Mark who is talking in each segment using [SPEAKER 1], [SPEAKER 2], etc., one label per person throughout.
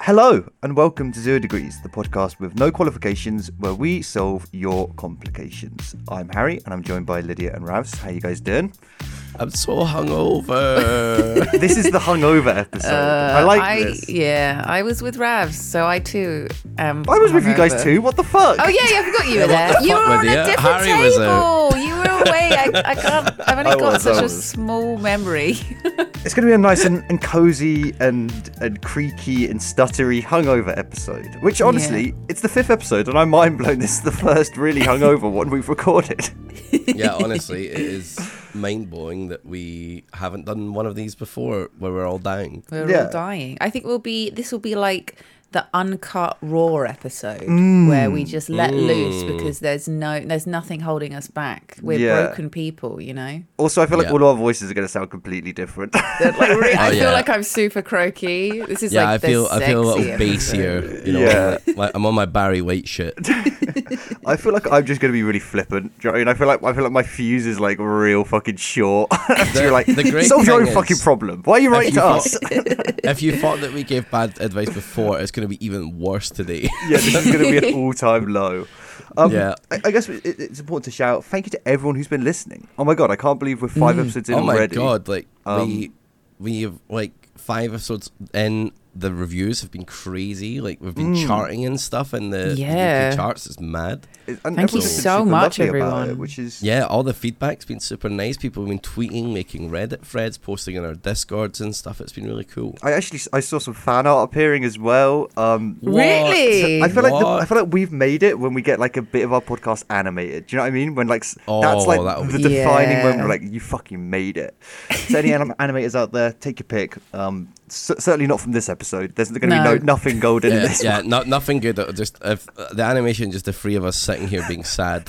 [SPEAKER 1] Hello, and welcome to Zero Degrees, the podcast with no qualifications where we solve your complications. I'm Harry, and I'm joined by Lydia and Ravs. How you guys doing?
[SPEAKER 2] I'm so hungover.
[SPEAKER 1] This is the hungover episode. I like
[SPEAKER 3] Uh, I
[SPEAKER 1] this.
[SPEAKER 3] yeah, I was with Ravs, so I too am.
[SPEAKER 1] I was with you guys
[SPEAKER 3] hungover.
[SPEAKER 1] too. What the fuck?
[SPEAKER 3] Oh yeah, yeah, I forgot you were there.
[SPEAKER 2] fuck
[SPEAKER 3] you were
[SPEAKER 2] with
[SPEAKER 3] on
[SPEAKER 2] you?
[SPEAKER 3] a different
[SPEAKER 2] Harry
[SPEAKER 3] table.
[SPEAKER 2] was
[SPEAKER 3] You were away. I, I can't. I've only
[SPEAKER 1] I
[SPEAKER 3] got
[SPEAKER 1] was, I
[SPEAKER 3] such a
[SPEAKER 1] was.
[SPEAKER 3] small memory.
[SPEAKER 1] It's going to be a nice and, and cozy and and creaky and stuttery hungover episode. Which honestly, it's the fifth episode, and I'm mind blown. This is the first really hungover one we've recorded.
[SPEAKER 2] yeah, honestly, it is mind blowing that we haven't done one of these before where we're all dying.
[SPEAKER 3] We're
[SPEAKER 1] Yeah.
[SPEAKER 3] all dying. I think we'll be. This will be like the uncut raw episode
[SPEAKER 1] Mm.
[SPEAKER 3] where we just let
[SPEAKER 2] Mm.
[SPEAKER 3] loose because there's no, there's nothing holding us back. We're
[SPEAKER 1] Yeah.
[SPEAKER 3] broken people, you know.
[SPEAKER 1] Also, I feel like
[SPEAKER 2] Yeah.
[SPEAKER 1] all our voices are going to sound completely different.
[SPEAKER 3] Like, re- I
[SPEAKER 2] Oh,
[SPEAKER 3] feel
[SPEAKER 2] yeah.
[SPEAKER 3] like I'm super croaky. This is
[SPEAKER 2] Yeah,
[SPEAKER 3] like
[SPEAKER 2] I feel
[SPEAKER 3] the
[SPEAKER 2] I feel a little
[SPEAKER 3] sexiest-
[SPEAKER 2] bassier. You know,
[SPEAKER 1] Yeah.
[SPEAKER 2] like, I'm on my Barry White shit.
[SPEAKER 1] I feel like I'm just going to be really flippant. Do you know what I mean? I feel like I feel like my fuse is like real fucking short.
[SPEAKER 2] The-
[SPEAKER 1] You're like,
[SPEAKER 2] the great
[SPEAKER 1] solve your own
[SPEAKER 2] thing is-
[SPEAKER 1] fucking problem. Why are you writing
[SPEAKER 2] you
[SPEAKER 1] to
[SPEAKER 2] thought-
[SPEAKER 1] us?
[SPEAKER 2] if you thought that we gave bad advice before, it's going to be even worse today.
[SPEAKER 1] yeah, this is going to be an all-time low. Um,
[SPEAKER 2] Yeah.
[SPEAKER 1] I, I guess it, it's important to shout thank you to everyone who's been listening. Oh my god, I can't believe we're five episodes in
[SPEAKER 2] oh my
[SPEAKER 1] already.
[SPEAKER 2] god! Like we
[SPEAKER 3] Um,
[SPEAKER 2] we have like five episodes in. The reviews have been crazy. Like we've been charting and stuff in the, the
[SPEAKER 3] Mm. Yeah.
[SPEAKER 2] UK charts. It's mad.
[SPEAKER 1] It- and
[SPEAKER 3] Thank you
[SPEAKER 1] everyone's been
[SPEAKER 3] so
[SPEAKER 1] super
[SPEAKER 3] much,
[SPEAKER 1] lovely about
[SPEAKER 3] everyone.
[SPEAKER 1] it, which is
[SPEAKER 2] Yeah, all the feedback's been super nice. People have been tweeting, making Reddit threads, posting in our discords and stuff. It's been really cool.
[SPEAKER 1] I actually s- I saw some fan art appearing as well. Um,
[SPEAKER 3] Really?
[SPEAKER 1] I feel like the, I
[SPEAKER 2] What?
[SPEAKER 1] feel like we've made it when we get like a bit of our podcast animated. Do you know what I mean? When like s- that's
[SPEAKER 2] Oh,
[SPEAKER 1] like
[SPEAKER 2] that would
[SPEAKER 1] the
[SPEAKER 3] be-
[SPEAKER 1] defining moment.
[SPEAKER 3] Yeah.
[SPEAKER 1] Where, like you fucking made it. So any anim- animators out there, take your pick. Um, c- certainly not from this episode. There's going to
[SPEAKER 3] No.
[SPEAKER 1] be no nothing golden in
[SPEAKER 2] Yeah,
[SPEAKER 1] this.
[SPEAKER 2] yeah
[SPEAKER 1] one.
[SPEAKER 2] no, nothing good. uh, Just if, uh, the animation, just the three of us sitting here being sad.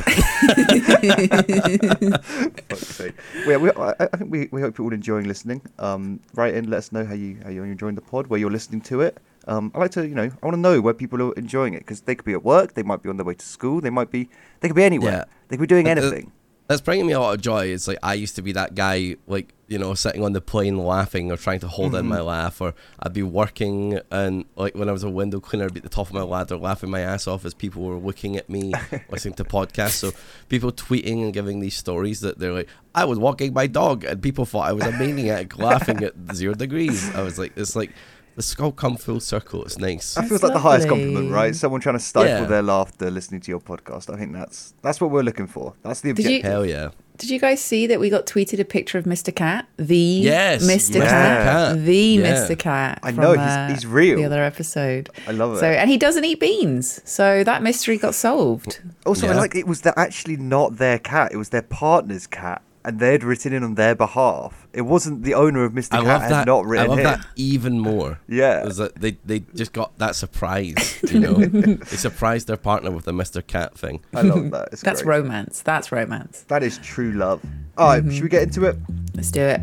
[SPEAKER 1] Fuck's sake. yeah, we, I, I think we, we hope you're all enjoying listening. Um, write in, let us know how you how you're enjoying the pod, where you're listening to it. Um, I like to, you know, I want to know where people are enjoying it because they could be at work, they might be on their way to school, they might be, they could be anywhere,
[SPEAKER 2] Yeah.
[SPEAKER 1] they could be doing
[SPEAKER 2] Uh, uh,
[SPEAKER 1] anything.
[SPEAKER 2] That's bringing me a lot of joy. It's like I used to be that guy, like you know, sitting on the plane laughing or trying to hold in
[SPEAKER 1] Mm-hmm.
[SPEAKER 2] my laugh, or I'd be working and like when I was a window cleaner, I'd be at the top of my ladder laughing my ass off as people were looking at me, listening to podcasts. So people tweeting and giving these stories that they're like, I was walking my dog, and people thought I was a maniac laughing at zero degrees. I was like, it's like this all come full circle. It's nice.
[SPEAKER 1] That
[SPEAKER 3] That's
[SPEAKER 1] feels like the highest compliment,
[SPEAKER 3] lovely.
[SPEAKER 1] right? Someone trying to stifle
[SPEAKER 2] Yeah.
[SPEAKER 1] their laughter listening to your podcast. I think that's that's what we're looking for. That's the
[SPEAKER 3] Did you-
[SPEAKER 1] objective.
[SPEAKER 2] Hell yeah.
[SPEAKER 3] Did you guys see that we got tweeted a picture of Mr. Cat? The
[SPEAKER 2] Yes,
[SPEAKER 3] Mr.
[SPEAKER 2] Mr.
[SPEAKER 3] Cat.
[SPEAKER 2] Cat.
[SPEAKER 3] The
[SPEAKER 2] Yeah.
[SPEAKER 3] Mr. Cat.
[SPEAKER 1] I
[SPEAKER 3] from, uh,
[SPEAKER 1] know, he's- he's real.
[SPEAKER 3] The other episode.
[SPEAKER 1] I love it.
[SPEAKER 3] So, and he doesn't eat beans. So that mystery got solved.
[SPEAKER 1] Also, I
[SPEAKER 2] Yeah.
[SPEAKER 1] like it was that actually not their cat; it was their partner's cat, and they'd written in on their behalf. It wasn't the owner of Mr.
[SPEAKER 2] I
[SPEAKER 1] Cat
[SPEAKER 2] love
[SPEAKER 1] had
[SPEAKER 2] that.
[SPEAKER 1] not written
[SPEAKER 2] I love
[SPEAKER 1] in.
[SPEAKER 2] that even more.
[SPEAKER 1] Yeah.
[SPEAKER 2] is that they they just got that surprise. You know, they surprised their partner with the Mr. Cat thing.
[SPEAKER 1] I love that. It's
[SPEAKER 3] That's
[SPEAKER 1] great.
[SPEAKER 3] romance. That's romance.
[SPEAKER 1] That is true love. All right,
[SPEAKER 2] Mm-hmm.
[SPEAKER 1] should we get into it?
[SPEAKER 3] Let's do it.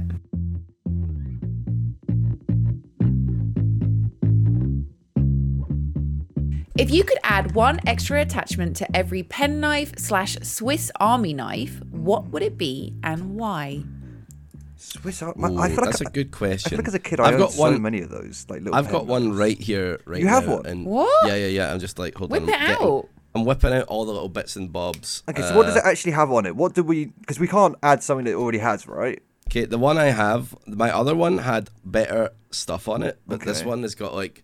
[SPEAKER 3] If you could add one extra attachment to every penknife slash Swiss army knife, what would it be and why?
[SPEAKER 1] Swiss Art.
[SPEAKER 2] Ooh,
[SPEAKER 1] I feel like
[SPEAKER 2] that's a good
[SPEAKER 1] I feel
[SPEAKER 2] question.
[SPEAKER 1] like as a kid, I
[SPEAKER 2] I've
[SPEAKER 1] owned
[SPEAKER 2] got
[SPEAKER 1] so
[SPEAKER 2] one.
[SPEAKER 1] many of those. Like little.
[SPEAKER 2] I've got one
[SPEAKER 1] pendants.
[SPEAKER 2] right here. Right.
[SPEAKER 1] You have
[SPEAKER 2] now,
[SPEAKER 1] one?
[SPEAKER 2] and-
[SPEAKER 3] What?
[SPEAKER 2] Yeah, yeah, yeah. I'm just like, hold
[SPEAKER 3] Whip
[SPEAKER 2] on.
[SPEAKER 3] it
[SPEAKER 2] I'm getting-
[SPEAKER 3] out.
[SPEAKER 2] I'm whipping out all the little bits and bobs.
[SPEAKER 1] Okay, so what does
[SPEAKER 2] Uh,
[SPEAKER 1] it actually have on it? What do we? Because we can't add something that it already has, right?
[SPEAKER 2] Okay, the one I have, my other one had better stuff on it, but this
[SPEAKER 1] Okay.
[SPEAKER 2] one has got like,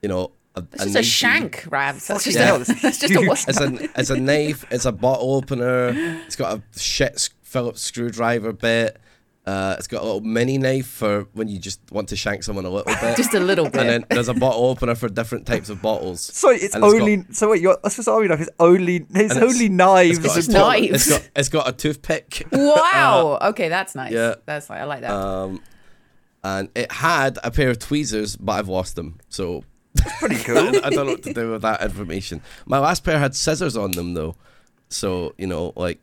[SPEAKER 2] you know, a,
[SPEAKER 3] It's just a
[SPEAKER 2] nice-
[SPEAKER 3] shank, Rabs. That's just,
[SPEAKER 2] Yeah.
[SPEAKER 3] a, that's just a
[SPEAKER 2] It's
[SPEAKER 3] weapon.
[SPEAKER 2] a it's a knife. It's a bottle opener. It's got a shit s- Phillips screwdriver bit. Uh, it's got a little mini knife for when you just want to shank someone a little bit.
[SPEAKER 3] Just a little bit.
[SPEAKER 2] And then there's a bottle opener for different types of bottles.
[SPEAKER 1] So it's
[SPEAKER 2] And
[SPEAKER 1] only.
[SPEAKER 2] got-
[SPEAKER 1] so wait, your Swiss Army knife is only. It's
[SPEAKER 2] it's-
[SPEAKER 1] only knives.
[SPEAKER 2] got a
[SPEAKER 3] just
[SPEAKER 2] tooth-
[SPEAKER 3] knives.
[SPEAKER 2] It's got it's got a toothpick.
[SPEAKER 3] Wow. okay, that's nice.
[SPEAKER 2] Uh, yeah.
[SPEAKER 3] That's like I like that.
[SPEAKER 2] Um, and it had a pair of tweezers, but I've lost them. So
[SPEAKER 1] pretty cool.
[SPEAKER 2] I don't know what to do with that information. My last pair had scissors on them though, so you know, like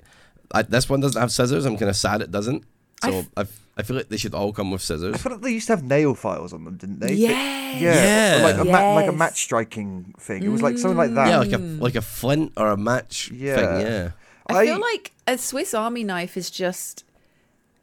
[SPEAKER 2] I, this one doesn't have scissors. I'm kind of sad it doesn't. So I, f- I feel like they should all come with scissors.
[SPEAKER 1] I feel like they used to have nail files on them, didn't they? They-
[SPEAKER 3] Yes.
[SPEAKER 1] Yeah. or Like a ma- like a
[SPEAKER 3] Yes.
[SPEAKER 1] match striking thing. It was like something like that.
[SPEAKER 2] Yeah, like a
[SPEAKER 3] Hmm.
[SPEAKER 2] like a flint or a match
[SPEAKER 1] Yeah.
[SPEAKER 2] thing. Yeah.
[SPEAKER 3] I feel like a Swiss Army knife is just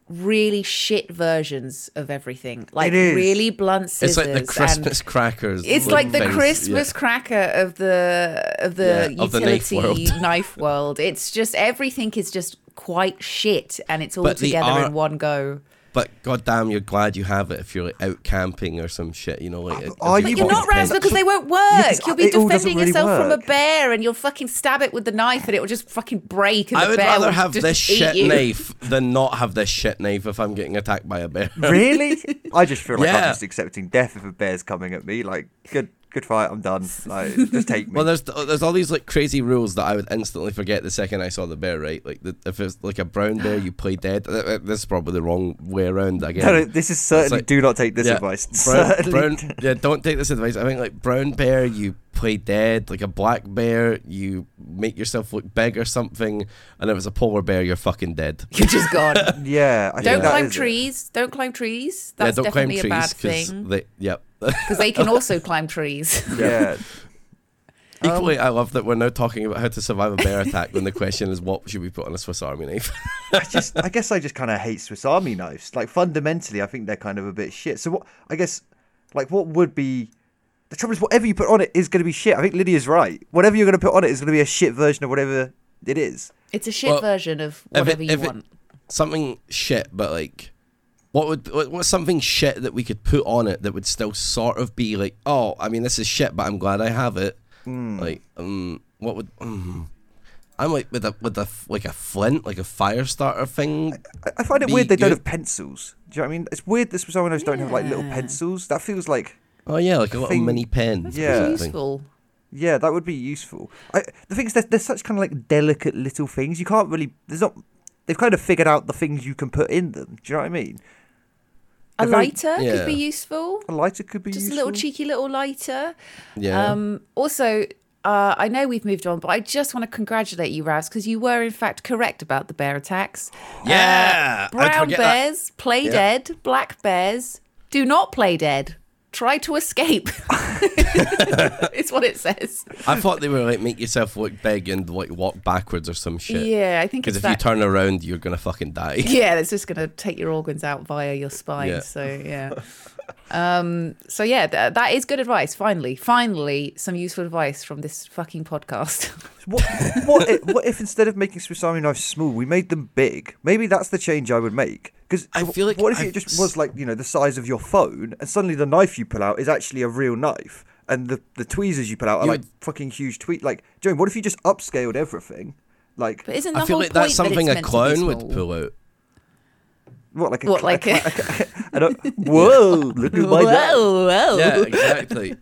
[SPEAKER 3] really shit versions of everything. Like
[SPEAKER 1] It is.
[SPEAKER 3] really blunt
[SPEAKER 2] It's
[SPEAKER 3] scissors.
[SPEAKER 2] like the
[SPEAKER 3] and-
[SPEAKER 2] Christmas crackers.
[SPEAKER 3] It's
[SPEAKER 2] little
[SPEAKER 3] like the
[SPEAKER 2] things, yeah.
[SPEAKER 3] Christmas cracker of the of the
[SPEAKER 2] Yeah, of the knife
[SPEAKER 3] utility
[SPEAKER 2] world.
[SPEAKER 3] knife, world. It's just everything is just quite shit, and it's all
[SPEAKER 2] But they
[SPEAKER 3] together
[SPEAKER 2] are-
[SPEAKER 3] in one go.
[SPEAKER 2] But goddamn, you're glad you have it if you're like, out camping or some shit. You know, like. it-
[SPEAKER 1] are
[SPEAKER 2] if
[SPEAKER 1] you-
[SPEAKER 2] you've
[SPEAKER 3] But you're
[SPEAKER 2] got
[SPEAKER 3] not
[SPEAKER 2] a
[SPEAKER 3] Raz
[SPEAKER 2] tent.
[SPEAKER 3] because they won't work.
[SPEAKER 1] Yes,
[SPEAKER 3] You'll be
[SPEAKER 1] it all doesn't
[SPEAKER 3] defending
[SPEAKER 1] really
[SPEAKER 3] yourself from
[SPEAKER 1] work.
[SPEAKER 3] a bear, and you'll fucking stab it with the knife, and it will just fucking break. And
[SPEAKER 2] I
[SPEAKER 3] the
[SPEAKER 2] would
[SPEAKER 3] bear
[SPEAKER 2] rather
[SPEAKER 3] will
[SPEAKER 2] have
[SPEAKER 3] just
[SPEAKER 2] this
[SPEAKER 3] eat
[SPEAKER 2] shit
[SPEAKER 3] you.
[SPEAKER 2] knife than not have this shit knife if I'm getting attacked by a bear.
[SPEAKER 1] really? I just feel like I'm
[SPEAKER 2] Yeah.
[SPEAKER 1] just accepting death if a bear's coming at me. Like, good, good fight. I'm done. Like, just take me.
[SPEAKER 2] Well, there's there's all these like crazy rules that I would instantly forget the second I saw the bear. Right, like the, if it's like a brown bear, you play dead. Th- th- This is probably the wrong way around again.
[SPEAKER 1] no, no, this is certainly.
[SPEAKER 2] like-
[SPEAKER 1] do not take this
[SPEAKER 2] Yeah,
[SPEAKER 1] advice.
[SPEAKER 2] Brown,
[SPEAKER 1] certainly.
[SPEAKER 2] brown- yeah, don't take this advice. I think like brown bear, you play dead. Like a black bear, you make yourself look big or something. And if it's a polar bear, you're fucking dead.
[SPEAKER 3] You're just gone.
[SPEAKER 1] Yeah. I
[SPEAKER 3] Don't
[SPEAKER 1] think that
[SPEAKER 3] climb
[SPEAKER 1] is it.
[SPEAKER 3] trees. Don't climb trees. That's
[SPEAKER 2] yeah, don't climb
[SPEAKER 3] definitely
[SPEAKER 2] trees
[SPEAKER 3] a bad
[SPEAKER 2] 'cause
[SPEAKER 3] thing
[SPEAKER 2] they yep.
[SPEAKER 3] because they can also climb trees.
[SPEAKER 1] Yeah.
[SPEAKER 3] Um,
[SPEAKER 2] Equally, I love that we're now talking about how to survive a bear attack when the question is what should we put on a Swiss Army knife.
[SPEAKER 1] I just, I guess I just kind of hate Swiss Army knives. Like fundamentally, I think they're kind of a bit shit. So what? I guess, like, what would be? The trouble is, whatever you put on it is going to be shit. I think Lydia's right. Whatever you're going to put on it is going to be a shit version of whatever it is.
[SPEAKER 3] It's a shit
[SPEAKER 2] Well,
[SPEAKER 3] version of
[SPEAKER 2] If it-
[SPEAKER 3] whatever you
[SPEAKER 2] if it-
[SPEAKER 3] want.
[SPEAKER 2] something shit, but like, what would what- what's something shit that we could put on it that would still sort of be like, oh, I mean, this is shit, but I'm glad I have it.
[SPEAKER 1] Hmm.
[SPEAKER 2] Like, um, what would? Mm, I'm like with a with a f- like a flint, like a fire starter thing.
[SPEAKER 1] I, I find it
[SPEAKER 2] Be
[SPEAKER 1] weird they don't
[SPEAKER 2] good.
[SPEAKER 1] have pencils. Do you know what I mean? It's weird that Swiss Army knives don't have like little pencils. That feels like
[SPEAKER 2] Oh yeah, like a little
[SPEAKER 1] Thing-
[SPEAKER 2] mini pen. or
[SPEAKER 1] yeah.
[SPEAKER 2] something.
[SPEAKER 3] Useful.
[SPEAKER 1] Yeah, that would be useful. I, the thing is, they're, they're such kind of like delicate little things. You can't really. There's not. They've kind of figured out the things you can put in them. Do you know what I mean?
[SPEAKER 3] A
[SPEAKER 1] They're very-
[SPEAKER 3] lighter
[SPEAKER 2] Yeah.
[SPEAKER 3] could be useful.
[SPEAKER 1] A lighter could be
[SPEAKER 3] Just
[SPEAKER 1] useful.
[SPEAKER 3] a little cheeky little lighter.
[SPEAKER 2] Yeah.
[SPEAKER 3] Um, also, uh, I know we've moved on, but I just want to congratulate you, Ravs, because you were in fact correct about the bear attacks.
[SPEAKER 2] Yeah,
[SPEAKER 3] Uh,
[SPEAKER 2] I'd
[SPEAKER 3] brown
[SPEAKER 2] forget that.
[SPEAKER 3] bears play dead. Black bears do not play dead. Try to escape. it's what it says.
[SPEAKER 2] I thought they were like make yourself look big and like walk backwards or some shit.
[SPEAKER 3] Yeah, I think
[SPEAKER 2] Because
[SPEAKER 3] it's
[SPEAKER 2] if you
[SPEAKER 3] that.
[SPEAKER 2] turn around, you're gonna fucking die.
[SPEAKER 3] yeah, it's just going to take your organs out via your spine.
[SPEAKER 2] Yeah.
[SPEAKER 3] So yeah. Um, so yeah, th- that is good advice. Finally, finally, some useful advice from this fucking podcast.
[SPEAKER 1] What, what, if, what if instead of making Swiss Army knives small, we made them big? Maybe that's the change I would make. Because
[SPEAKER 2] I feel like
[SPEAKER 1] what if
[SPEAKER 2] I've
[SPEAKER 1] it just
[SPEAKER 2] s-
[SPEAKER 1] was like you know the size of your phone, and suddenly the knife you pull out is actually a real knife, and the, the tweezers you pull out are
[SPEAKER 2] You
[SPEAKER 1] like
[SPEAKER 2] would-
[SPEAKER 1] fucking huge tweet. Like, Joan, what if you just upscaled everything? Like,
[SPEAKER 3] But isn't the
[SPEAKER 2] I feel
[SPEAKER 3] whole
[SPEAKER 2] like
[SPEAKER 3] point
[SPEAKER 2] that's something
[SPEAKER 3] that
[SPEAKER 2] a
[SPEAKER 3] it's meant to
[SPEAKER 2] clown
[SPEAKER 3] be
[SPEAKER 2] would
[SPEAKER 3] small?
[SPEAKER 2] pull out.
[SPEAKER 1] what like a
[SPEAKER 3] What
[SPEAKER 1] cla-
[SPEAKER 3] like
[SPEAKER 1] a,
[SPEAKER 3] a,
[SPEAKER 1] cla- I don't- whoa, look at my knife.
[SPEAKER 3] whoa, whoa.
[SPEAKER 2] Yeah, exactly.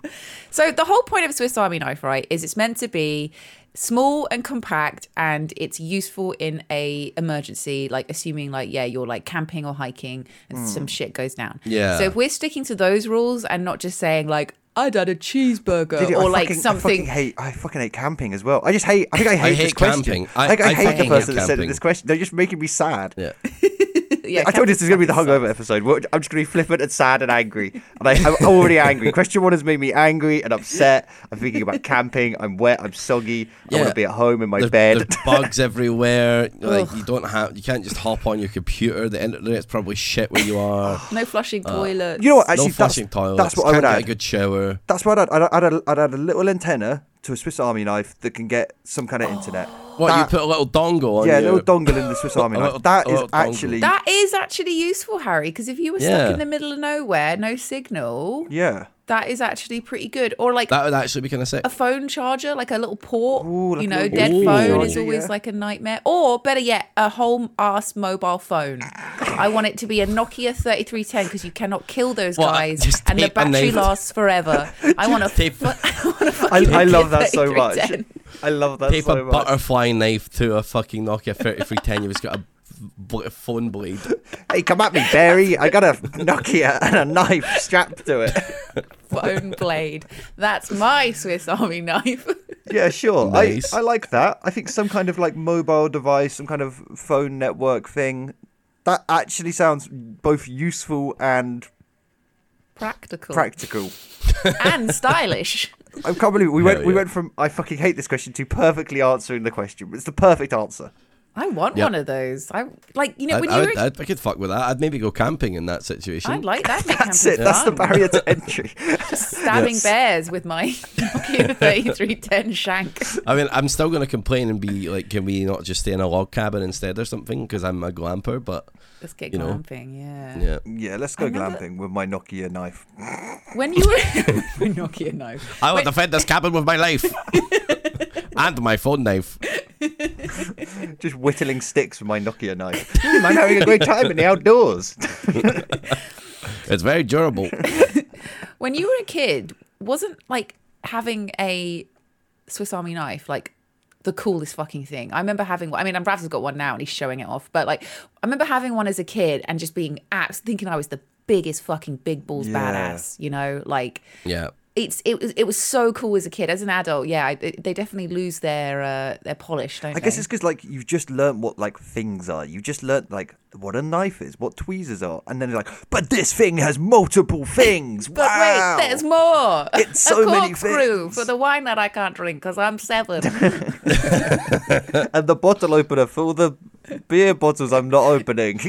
[SPEAKER 3] So the whole point of Swiss Army knife, right, is it's meant to be small and compact and it's useful in a emergency like assuming like yeah you're like camping or hiking and some shit goes down
[SPEAKER 2] Hmm. Yeah.
[SPEAKER 3] so if we're sticking to those rules and not just saying like i'd had a cheeseburger
[SPEAKER 1] Dude, I
[SPEAKER 3] or like
[SPEAKER 1] fucking- I
[SPEAKER 3] something
[SPEAKER 1] fucking hate. I fucking hate camping as well. I just hate. I think I hate, this
[SPEAKER 2] hate
[SPEAKER 1] question.
[SPEAKER 2] camping. I-
[SPEAKER 1] think I,
[SPEAKER 2] I
[SPEAKER 1] hate the
[SPEAKER 2] fucking
[SPEAKER 1] person
[SPEAKER 2] hate
[SPEAKER 1] that said
[SPEAKER 2] camping.
[SPEAKER 1] this question. They're just making me sad.
[SPEAKER 2] Yeah.
[SPEAKER 3] yeah,
[SPEAKER 1] I told you this is going to be the
[SPEAKER 3] camping
[SPEAKER 1] hungover episode. We're- I'm just going to be flippant and sad and angry. And I, I'm already angry. Question one has made me angry and upset. I'm thinking about camping. I'm wet. I'm soggy. I want
[SPEAKER 2] Yeah.
[SPEAKER 1] to be at home in my
[SPEAKER 2] There's-
[SPEAKER 1] bed.
[SPEAKER 2] There's bugs everywhere. Like you don't have, you can't just hop on your computer. The internet's probably shit where you are.
[SPEAKER 3] sucks. no flushing
[SPEAKER 2] Uh,
[SPEAKER 3] toilets
[SPEAKER 1] you know what? Actually,
[SPEAKER 2] no flushing
[SPEAKER 1] that's,
[SPEAKER 2] toilets.
[SPEAKER 1] that's what
[SPEAKER 2] can't
[SPEAKER 1] I would
[SPEAKER 2] get
[SPEAKER 1] add.
[SPEAKER 2] a good shower.
[SPEAKER 1] That's what I'd, I'd, I'd, I'd add a little antenna to a Swiss Army knife that can get some kind of internet.
[SPEAKER 2] What you
[SPEAKER 1] That-
[SPEAKER 2] put a little dongle on?
[SPEAKER 1] yeah, a
[SPEAKER 2] your-
[SPEAKER 1] little dongle in the Swiss Army
[SPEAKER 2] A
[SPEAKER 1] knife.
[SPEAKER 2] little-
[SPEAKER 1] That
[SPEAKER 2] a
[SPEAKER 1] is
[SPEAKER 2] little dongle.
[SPEAKER 1] actually
[SPEAKER 3] That is actually useful, Harry, because if you were
[SPEAKER 2] Yeah.
[SPEAKER 3] stuck in the middle of nowhere, no signal,
[SPEAKER 1] yeah.
[SPEAKER 3] that is actually pretty good. Or like
[SPEAKER 2] That would actually be kind of sick.
[SPEAKER 3] a phone charger, like a little port.
[SPEAKER 1] Ooh, like
[SPEAKER 3] you
[SPEAKER 1] a
[SPEAKER 3] know,
[SPEAKER 1] little
[SPEAKER 3] dead
[SPEAKER 2] Ooh.
[SPEAKER 3] phone is
[SPEAKER 1] charger,
[SPEAKER 3] always
[SPEAKER 1] yeah.
[SPEAKER 3] like a nightmare. Or better yet, a whole ass mobile phone. I want it to be a Nokia 3310 because you cannot kill those
[SPEAKER 2] Well,
[SPEAKER 3] guys,
[SPEAKER 2] just
[SPEAKER 3] and the
[SPEAKER 2] tape a
[SPEAKER 3] battery
[SPEAKER 2] knife.
[SPEAKER 3] lasts forever. I want a.
[SPEAKER 2] Tape-
[SPEAKER 3] fu- I want a fucking
[SPEAKER 1] I, I love
[SPEAKER 3] Nokia
[SPEAKER 1] that so much.
[SPEAKER 3] 3310.
[SPEAKER 1] I love that
[SPEAKER 2] Tape
[SPEAKER 1] so
[SPEAKER 2] a
[SPEAKER 1] much.
[SPEAKER 2] butterfly knife to a fucking Nokia 3310. You've just got a bl- phone blade.
[SPEAKER 1] Hey, come at me, Barry. I got a Nokia and a knife strapped to it.
[SPEAKER 3] Phone blade. That's my Swiss Army knife.
[SPEAKER 1] Yeah, sure.
[SPEAKER 2] Nice.
[SPEAKER 1] I, I like that. I think some kind of like mobile device, some kind of phone network thing. That actually sounds both useful and
[SPEAKER 3] Practical.
[SPEAKER 1] practical.
[SPEAKER 3] and stylish.
[SPEAKER 1] I can't believe it. we went
[SPEAKER 2] Hell
[SPEAKER 1] we
[SPEAKER 2] yeah.
[SPEAKER 1] went from I fucking hate this question to perfectly answering the question. It's the perfect answer.
[SPEAKER 3] I want
[SPEAKER 2] Yep.
[SPEAKER 3] one of those. I like you know
[SPEAKER 2] I,
[SPEAKER 3] when
[SPEAKER 2] I,
[SPEAKER 3] you were.
[SPEAKER 2] would- I'd- I could fuck with that. I'd maybe go camping in that situation.
[SPEAKER 3] I'd like that. Make
[SPEAKER 1] That's it.
[SPEAKER 3] camping
[SPEAKER 1] That's the
[SPEAKER 3] fun.
[SPEAKER 1] barrier to entry.
[SPEAKER 3] Just stabbing
[SPEAKER 2] Yes.
[SPEAKER 3] bears with my Nokia 3310 shank.
[SPEAKER 2] I mean, I'm still going to complain and be like, can we not just stay in a log cabin instead or something? Because I'm a glamper, but
[SPEAKER 3] Let's get
[SPEAKER 2] You know.
[SPEAKER 3] glamping, yeah.
[SPEAKER 2] yeah.
[SPEAKER 1] yeah, let's go
[SPEAKER 3] Another-
[SPEAKER 1] glamping with my Nokia knife.
[SPEAKER 3] When you were Nokia no.
[SPEAKER 2] I will defend this cabin with my life and my phone knife.
[SPEAKER 1] Just whittling sticks with my Nokia knife. Hmm, I'm having a great time in the outdoors.
[SPEAKER 2] It's very durable.
[SPEAKER 3] When you were a kid, wasn't like having a Swiss Army knife like the coolest fucking thing. I remember having one. I mean, Rav's has got one now and he's showing it off. But like, I remember having one as a kid and just being abs thinking I was the biggest fucking big balls
[SPEAKER 1] Yeah.
[SPEAKER 3] badass. You know, like
[SPEAKER 2] Yeah.
[SPEAKER 3] it's it was it was so cool as a kid. As an adult, yeah, I, they definitely lose their uh, their polish, don't
[SPEAKER 1] I
[SPEAKER 3] they?
[SPEAKER 1] guess it's because like you've just learnt what like things are. You've just learnt like what a knife is, what tweezers are, and then you're like, but this thing has multiple things.
[SPEAKER 3] But
[SPEAKER 1] wow.
[SPEAKER 3] wait, there's more.
[SPEAKER 1] It's so
[SPEAKER 3] a
[SPEAKER 1] many
[SPEAKER 3] corkscrew
[SPEAKER 1] things.
[SPEAKER 3] for the wine that I can't drink because I'm seven.
[SPEAKER 1] and the bottle opener for all the beer bottles I'm not opening.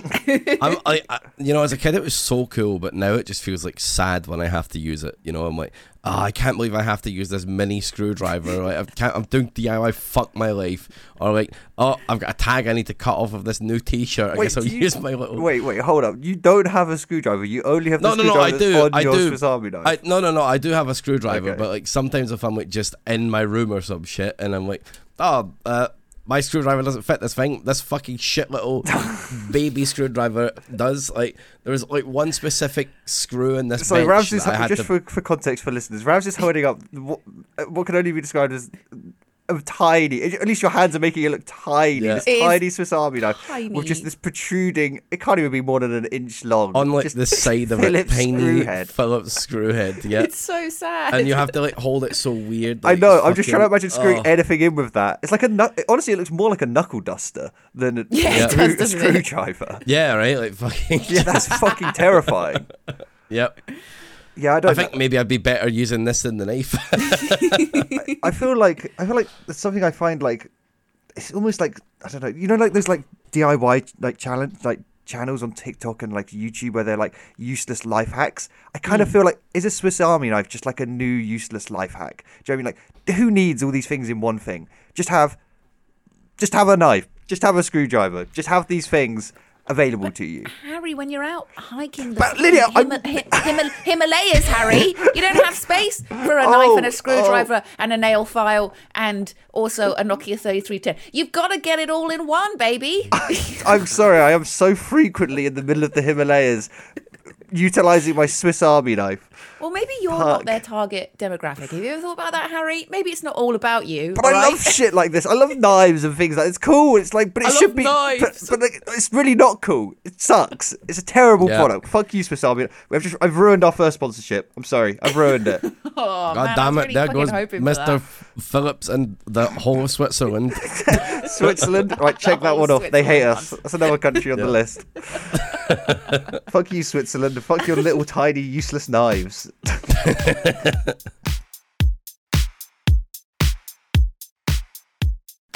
[SPEAKER 2] I'm, I, I, you know, as a kid, it was so cool, but now it just feels like sad when I have to use it. You know, I'm like, ah, I can't believe I have to use this mini screwdriver. Like, I can't, I'm doing DIY, fuck my life. Or like, oh, I've got a tag I need to cut off of this new T-shirt. I guess I'll
[SPEAKER 1] do you-
[SPEAKER 2] use my little.
[SPEAKER 1] wait, wait, hold up. You don't have a screwdriver. You only have the
[SPEAKER 2] No, no, no,
[SPEAKER 1] screwdriver
[SPEAKER 2] I
[SPEAKER 1] that's
[SPEAKER 2] do.
[SPEAKER 1] on
[SPEAKER 2] I
[SPEAKER 1] your
[SPEAKER 2] do.
[SPEAKER 1] Swiss Army knife.
[SPEAKER 2] I, no, no, no, I do have a screwdriver,
[SPEAKER 1] Okay.
[SPEAKER 2] but like sometimes if I'm like just in my room or some shit and I'm like, oh, uh, my screwdriver doesn't fit this thing, this fucking shit little baby screwdriver does. Like, there was like one specific screw in this
[SPEAKER 1] So
[SPEAKER 2] bench
[SPEAKER 1] Ravs is
[SPEAKER 2] that I had
[SPEAKER 1] just for,
[SPEAKER 2] to-
[SPEAKER 1] for context for listeners. Ravs is holding up what, uh, what can only be described as a tiny. At least your hands are making it look tiny.
[SPEAKER 2] Yeah.
[SPEAKER 1] This
[SPEAKER 3] It is
[SPEAKER 1] tiny Swiss Army knife with
[SPEAKER 3] tiny.
[SPEAKER 1] just this protruding. It can't even be more than an inch long.
[SPEAKER 2] on like
[SPEAKER 1] just
[SPEAKER 2] the side of
[SPEAKER 1] Phillips
[SPEAKER 2] a tiny
[SPEAKER 1] screwhead.
[SPEAKER 2] Phillips screwhead. Yeah.
[SPEAKER 3] It's so sad.
[SPEAKER 2] and you have to like hold it so weird.
[SPEAKER 1] I
[SPEAKER 2] like,
[SPEAKER 1] know. I'm just trying to
[SPEAKER 2] fucking-
[SPEAKER 1] imagine screwing
[SPEAKER 2] oh.
[SPEAKER 1] anything in with that. It's like a knuck- honestly, it looks more like a knuckle duster than a,
[SPEAKER 3] Yeah, it
[SPEAKER 1] a screw-
[SPEAKER 3] does,
[SPEAKER 1] a
[SPEAKER 3] doesn't it?
[SPEAKER 1] screwdriver.
[SPEAKER 2] Yeah, right. Like fucking.
[SPEAKER 1] Yeah, that's fucking terrifying.
[SPEAKER 2] Yep.
[SPEAKER 1] Yeah, I don't.
[SPEAKER 2] I think maybe I'd be better using this than the knife.
[SPEAKER 1] I feel like I feel like it's something I find like it's almost like I don't know. You know, like there's like DIY like challenge like channels on TikTok and like YouTube where they're like useless life hacks. I kind of feel like is a Swiss Army knife just like a new useless life hack? Do you know what I mean? Like who needs all these things in one thing? Just have, just have a knife. Just have a screwdriver. Just have these things available to you.
[SPEAKER 3] Harry, when you're out hiking the
[SPEAKER 1] But
[SPEAKER 3] fucking
[SPEAKER 1] Lydia, I'm-
[SPEAKER 3] Hima- Hi- Hima- Himalayas, Harry, you don't have space for a
[SPEAKER 1] Oh,
[SPEAKER 3] knife and a screwdriver and a nail file and also a Nokia 3310. You've got to get it all in one, baby.
[SPEAKER 1] I'm sorry, I am so frequently in the middle of the Himalayas, utilizing my Swiss Army knife.
[SPEAKER 3] Well, maybe you're
[SPEAKER 1] Fuck.
[SPEAKER 3] not their target demographic. Have you ever thought about that, Harry? Maybe it's not all about you.
[SPEAKER 1] But I
[SPEAKER 3] right?
[SPEAKER 1] love shit like this. I love knives and things like it's cool. It's like, but it
[SPEAKER 3] I
[SPEAKER 1] should
[SPEAKER 3] love
[SPEAKER 1] be.
[SPEAKER 3] knives.
[SPEAKER 1] But, but like, it's really not cool. It sucks. It's a terrible
[SPEAKER 2] Yeah.
[SPEAKER 1] product. Fuck you, Swiss Army. We've just I've ruined our first sponsorship. I'm sorry. I've ruined it.
[SPEAKER 3] Oh,
[SPEAKER 2] God
[SPEAKER 3] man, I
[SPEAKER 2] damn
[SPEAKER 3] was
[SPEAKER 2] it!
[SPEAKER 3] really
[SPEAKER 2] there
[SPEAKER 3] fucking
[SPEAKER 2] goes
[SPEAKER 3] hoping for that.
[SPEAKER 2] Mr. Phillips and the whole of Switzerland.
[SPEAKER 1] Switzerland. Right, check that
[SPEAKER 3] Oh,
[SPEAKER 1] one off. They hate us.
[SPEAKER 3] Switzerland.
[SPEAKER 1] That's another country on the list. fuck you, Switzerland. and Fuck your little tiny useless knives.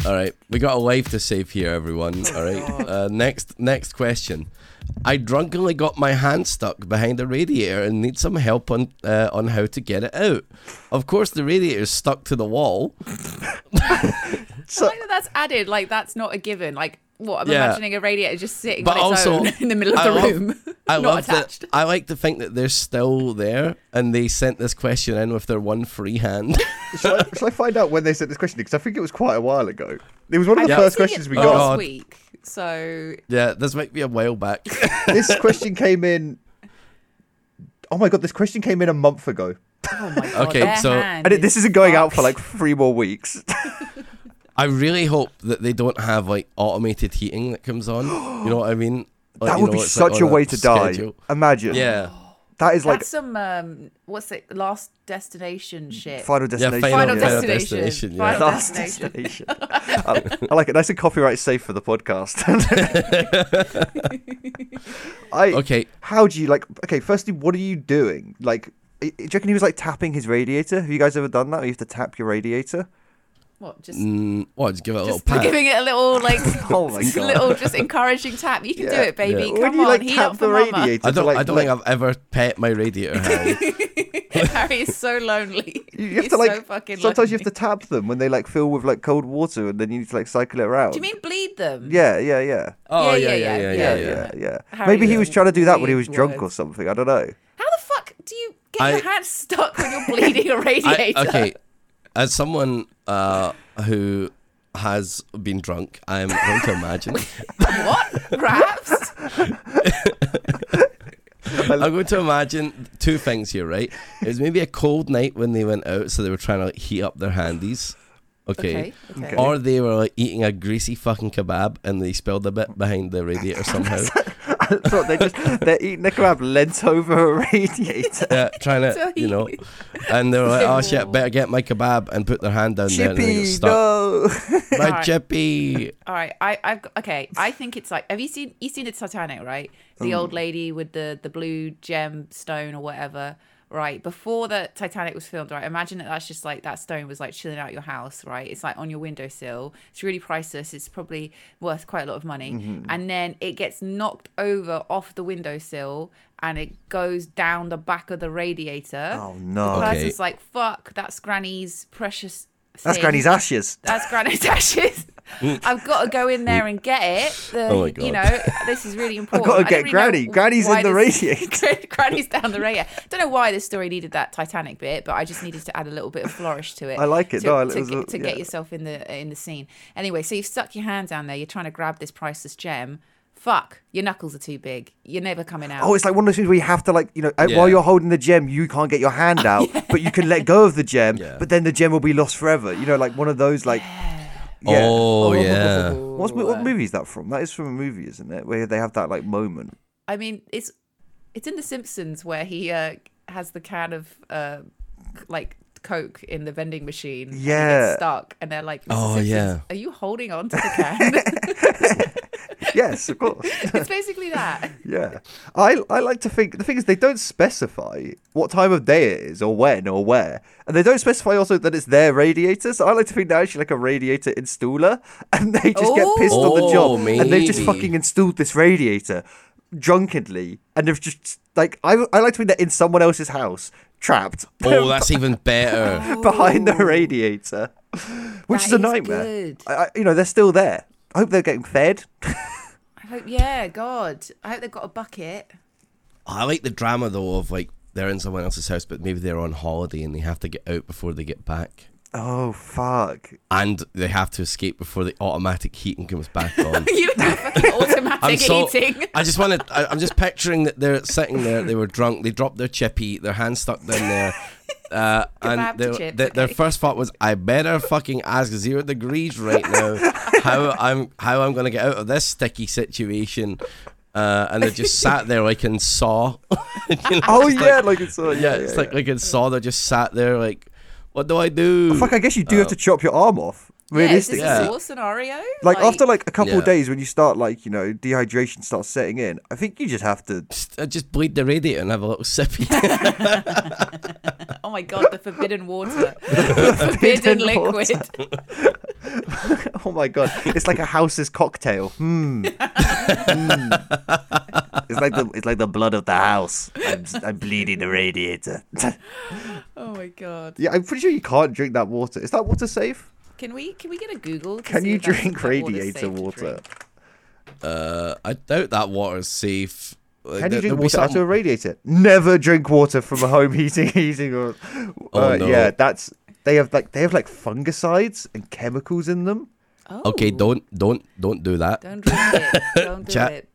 [SPEAKER 2] all right, we got a life to save here, everyone. All right.
[SPEAKER 3] Oh,
[SPEAKER 2] Uh, next, next question. I drunkenly got my hand stuck behind a radiator and need some help on uh, on how to get it out. Of course, the radiator is stuck to the wall.
[SPEAKER 1] So,
[SPEAKER 3] like that that's added. Like that's not a given. Like what I'm
[SPEAKER 2] Yeah.
[SPEAKER 3] imagining a radiator just sitting
[SPEAKER 2] but
[SPEAKER 3] on its
[SPEAKER 2] also
[SPEAKER 3] own in the middle of
[SPEAKER 2] I
[SPEAKER 3] the
[SPEAKER 2] love-
[SPEAKER 3] room,
[SPEAKER 2] I
[SPEAKER 3] not
[SPEAKER 2] love
[SPEAKER 3] attached.
[SPEAKER 2] that. I like to think that they're still there, and they sent this question in with their one free hand.
[SPEAKER 1] shall, I, shall I find out when they sent this question? Because I think it was quite a while ago. It was one of the
[SPEAKER 3] I
[SPEAKER 1] first
[SPEAKER 3] didn't see
[SPEAKER 1] questions
[SPEAKER 3] it
[SPEAKER 1] we
[SPEAKER 3] last
[SPEAKER 1] got.
[SPEAKER 2] Oh, God.
[SPEAKER 3] week. So
[SPEAKER 2] yeah, this might be a while back.
[SPEAKER 1] this question came in. Oh my god, this question came in a month ago.
[SPEAKER 3] oh my god,
[SPEAKER 2] Okay,
[SPEAKER 3] their
[SPEAKER 2] so-
[SPEAKER 3] hand
[SPEAKER 1] And it, this isn't going out for
[SPEAKER 3] fucked.
[SPEAKER 1] like three more weeks.
[SPEAKER 2] I really hope that they don't have like automated heating that comes on. You know what I mean? Like,
[SPEAKER 1] that
[SPEAKER 2] you
[SPEAKER 1] would
[SPEAKER 2] know,
[SPEAKER 1] be
[SPEAKER 2] it's, like,
[SPEAKER 1] such a
[SPEAKER 2] on
[SPEAKER 1] way to die.
[SPEAKER 2] schedule.
[SPEAKER 1] Imagine.
[SPEAKER 2] Yeah,
[SPEAKER 1] That is like
[SPEAKER 3] that's some um, what's it? Last destination shit.
[SPEAKER 1] final destination.
[SPEAKER 2] final-
[SPEAKER 3] Final
[SPEAKER 2] Yeah.
[SPEAKER 3] destination.
[SPEAKER 2] Destination, yeah.
[SPEAKER 3] Final
[SPEAKER 1] Last
[SPEAKER 3] destination.
[SPEAKER 1] destination. I, I like it. Nice and copyright safe for the podcast. I
[SPEAKER 2] Okay.
[SPEAKER 1] How do you like? Okay, firstly, what are you doing? Like, i- do you reckon he was like tapping his radiator? Have you guys ever done that? Where you have to tap your radiator.
[SPEAKER 3] What just?
[SPEAKER 2] Mm, what? Just give it a little
[SPEAKER 3] Just
[SPEAKER 2] pat.
[SPEAKER 3] giving it a little like
[SPEAKER 1] Oh my God.
[SPEAKER 3] little just encouraging tap. You can do
[SPEAKER 1] Yeah.
[SPEAKER 3] it, baby.
[SPEAKER 2] Yeah.
[SPEAKER 3] Come
[SPEAKER 1] when you
[SPEAKER 3] on,
[SPEAKER 1] like
[SPEAKER 3] heat
[SPEAKER 1] tap
[SPEAKER 3] up
[SPEAKER 1] the
[SPEAKER 3] for mama.
[SPEAKER 1] radiator,
[SPEAKER 2] I don't.
[SPEAKER 1] to, like,
[SPEAKER 2] I don't
[SPEAKER 1] let-
[SPEAKER 2] think I've ever pet my radiator hand.
[SPEAKER 3] Harry is so lonely.
[SPEAKER 1] You, you have
[SPEAKER 3] He's
[SPEAKER 1] to like
[SPEAKER 3] so fucking
[SPEAKER 1] sometimes you have
[SPEAKER 3] lonely.
[SPEAKER 1] to tap them when they like fill with like cold water, and then you need to like cycle it around.
[SPEAKER 3] Do you mean bleed them?
[SPEAKER 1] Yeah, yeah, yeah,
[SPEAKER 2] Oh
[SPEAKER 3] Yeah, yeah,
[SPEAKER 2] yeah, yeah,
[SPEAKER 3] yeah,
[SPEAKER 2] yeah,
[SPEAKER 1] yeah,
[SPEAKER 2] yeah.
[SPEAKER 1] yeah, yeah.
[SPEAKER 3] Harry
[SPEAKER 1] Maybe he was
[SPEAKER 3] doesn't
[SPEAKER 1] trying to do that when he was
[SPEAKER 3] read
[SPEAKER 1] drunk or
[SPEAKER 3] words.
[SPEAKER 1] something. I don't know.
[SPEAKER 3] How the fuck do you get your
[SPEAKER 2] I-
[SPEAKER 3] hand stuck when you're bleeding a
[SPEAKER 2] I,
[SPEAKER 3] radiator?
[SPEAKER 2] okay, as someone uh, who has been drunk, I'm going to imagine.
[SPEAKER 3] What? Grabs?
[SPEAKER 2] I'm going to imagine two things here, right? It was maybe a cold night when they went out, so they were trying to like, heat up their handies. Okay.
[SPEAKER 3] Okay, okay.
[SPEAKER 2] Or they were like, eating a greasy fucking kebab and they spilled a bit behind the radiator somehow.
[SPEAKER 1] So they just they're eating a crab lent over a radiator.
[SPEAKER 2] uh, trying to, you know. And they were like, oh shit,
[SPEAKER 3] Ew.
[SPEAKER 2] better get my kebab and put their hand down there and then it
[SPEAKER 1] Chippy,
[SPEAKER 2] stuck.
[SPEAKER 1] no.
[SPEAKER 2] My
[SPEAKER 3] Alright.
[SPEAKER 2] chippy.
[SPEAKER 3] All right, I, I've got, okay. I think it's like, have you seen you seen the Titanic, right? The
[SPEAKER 1] Mm.
[SPEAKER 3] old lady with the the blue gem stone or whatever, right? Before the Titanic was filmed, right? Imagine that that's just like that stone was like chilling out your house, right? It's like on your windowsill. It's really priceless. It's probably worth quite a lot of money.
[SPEAKER 1] Mm-hmm.
[SPEAKER 3] And then it gets knocked over off the windowsill and it goes down the back of the radiator.
[SPEAKER 1] Oh, no.
[SPEAKER 3] The
[SPEAKER 2] Okay.
[SPEAKER 3] person's like, "Fuck, that's Granny's precious."
[SPEAKER 1] That's
[SPEAKER 3] thing."
[SPEAKER 1] Granny's ashes.
[SPEAKER 3] That's granite ashes. I've got to go in there and get it. The,
[SPEAKER 2] Oh my
[SPEAKER 3] You
[SPEAKER 2] God.
[SPEAKER 3] know, this is really important.
[SPEAKER 1] gotta
[SPEAKER 3] I don't
[SPEAKER 1] get
[SPEAKER 3] know
[SPEAKER 1] Granny. Granny's
[SPEAKER 3] why
[SPEAKER 1] in the
[SPEAKER 3] this-
[SPEAKER 1] radiator.
[SPEAKER 3] granny's down the radiator. Don't know why this story needed that Titanic bit, but I just needed to add a little bit of flourish to it.
[SPEAKER 1] I like it.
[SPEAKER 3] To,
[SPEAKER 1] No, I- it
[SPEAKER 3] to,
[SPEAKER 1] was a-
[SPEAKER 3] get- to
[SPEAKER 1] yeah.
[SPEAKER 3] get yourself in the in the scene. Anyway, so you've stuck your hand down there. You're trying to grab this priceless gem. Fuck, your knuckles are too big. You're never coming out.
[SPEAKER 1] Oh, it's like one of those things where you have to like, you know, uh while
[SPEAKER 2] Yeah.
[SPEAKER 1] you're holding the gem, you can't get your hand out, but you can let go of the gem,
[SPEAKER 2] Yeah.
[SPEAKER 1] but then the gem will be lost forever. You know, like one of those like. Yeah.
[SPEAKER 2] Oh, yeah.
[SPEAKER 1] What's, what movie is that from? That is from a movie, isn't it? Where they have that like moment.
[SPEAKER 3] I mean, it's it's in The Simpsons where he uh, has the can of uh, c- like Coke in the vending machine. and he gets
[SPEAKER 1] Yeah.
[SPEAKER 3] stuck, and they're like, Mr.
[SPEAKER 2] Oh,
[SPEAKER 3] Simpsons,
[SPEAKER 2] yeah.
[SPEAKER 3] Are you holding on to the can?
[SPEAKER 1] Yes, of course.
[SPEAKER 3] it's basically that.
[SPEAKER 1] yeah, I I like to think the thing is they don't specify what time of day it is or when or where, and they don't specify also that it's their radiator. So I like to think they're actually like a radiator installer, and they just get pissed on the job,
[SPEAKER 2] Oh,
[SPEAKER 1] and they've just
[SPEAKER 2] maybe.
[SPEAKER 1] fucking installed this radiator drunkenly, and they've just like I I like to think that in someone else's house, trapped
[SPEAKER 2] Oh, that's even better.
[SPEAKER 1] behind the radiator, which
[SPEAKER 3] That
[SPEAKER 1] is a
[SPEAKER 3] is
[SPEAKER 1] nightmare.
[SPEAKER 3] good.
[SPEAKER 1] I, I, you know they're still there. I hope they're getting fed.
[SPEAKER 3] I hope, yeah, God, I hope they've got a bucket.
[SPEAKER 2] I like the drama though of like they're in someone else's house, but maybe they're on holiday and they have to get out before they get back,
[SPEAKER 1] Oh fuck!
[SPEAKER 2] and they have to escape before the automatic heating comes back on.
[SPEAKER 3] You know, fucking automatic
[SPEAKER 2] I'm so.
[SPEAKER 3] eating.
[SPEAKER 2] I just want to. I'm just picturing that they're sitting there. They were drunk. They dropped their chippy. Their hands stuck down there. Uh,
[SPEAKER 3] Kebab
[SPEAKER 2] and
[SPEAKER 3] to
[SPEAKER 2] they-
[SPEAKER 3] chips,
[SPEAKER 2] they- their
[SPEAKER 3] okay.
[SPEAKER 2] first thought was, "I better fucking ask zero degrees right now how I'm how I'm gonna get out of this sticky situation." Uh, and they just sat there like in Saw. You know,
[SPEAKER 1] Oh
[SPEAKER 2] just
[SPEAKER 1] yeah, like, it's uh,
[SPEAKER 2] yeah, it's like like in Saw, they just sat there like, what do I do?
[SPEAKER 1] Fuck, I guess you do
[SPEAKER 2] oh.
[SPEAKER 1] have to chop your arm off.
[SPEAKER 3] Yeah, is this
[SPEAKER 1] Realistically.
[SPEAKER 3] a war scenario?
[SPEAKER 1] Like, after like a couple
[SPEAKER 2] Yeah.
[SPEAKER 1] days when you start like, you know, dehydration starts setting in, I think you just have to
[SPEAKER 2] Just- I just bleed the radiator and have a little sippy.
[SPEAKER 3] oh my God, the forbidden water, the forbidden
[SPEAKER 1] Forbidden water.
[SPEAKER 3] liquid.
[SPEAKER 1] Oh my god. It's like a house's cocktail. Hmm. Mm. It's like the it's like the blood of the house. I'm, I'm bleeding the radiator.
[SPEAKER 3] Oh my God.
[SPEAKER 1] yeah, I'm pretty sure you can't drink that water. Is that water safe?
[SPEAKER 3] Can we can we get a Google? to
[SPEAKER 1] Can
[SPEAKER 3] see
[SPEAKER 1] you
[SPEAKER 3] if that's
[SPEAKER 1] drink
[SPEAKER 3] the water's safe
[SPEAKER 1] radiator
[SPEAKER 3] to
[SPEAKER 1] water?
[SPEAKER 3] drink?
[SPEAKER 2] Uh, I doubt that water's safe.
[SPEAKER 1] Can you drink water out of a radiator? Never drink water from a home heating heating. Or, uh,
[SPEAKER 2] Oh, no.
[SPEAKER 1] Yeah, that's they have like they have like fungicides and chemicals in them.
[SPEAKER 3] Oh,
[SPEAKER 2] Okay, don't don't don't do that.
[SPEAKER 3] Don't drink it. Don't do
[SPEAKER 2] Chat-
[SPEAKER 3] it.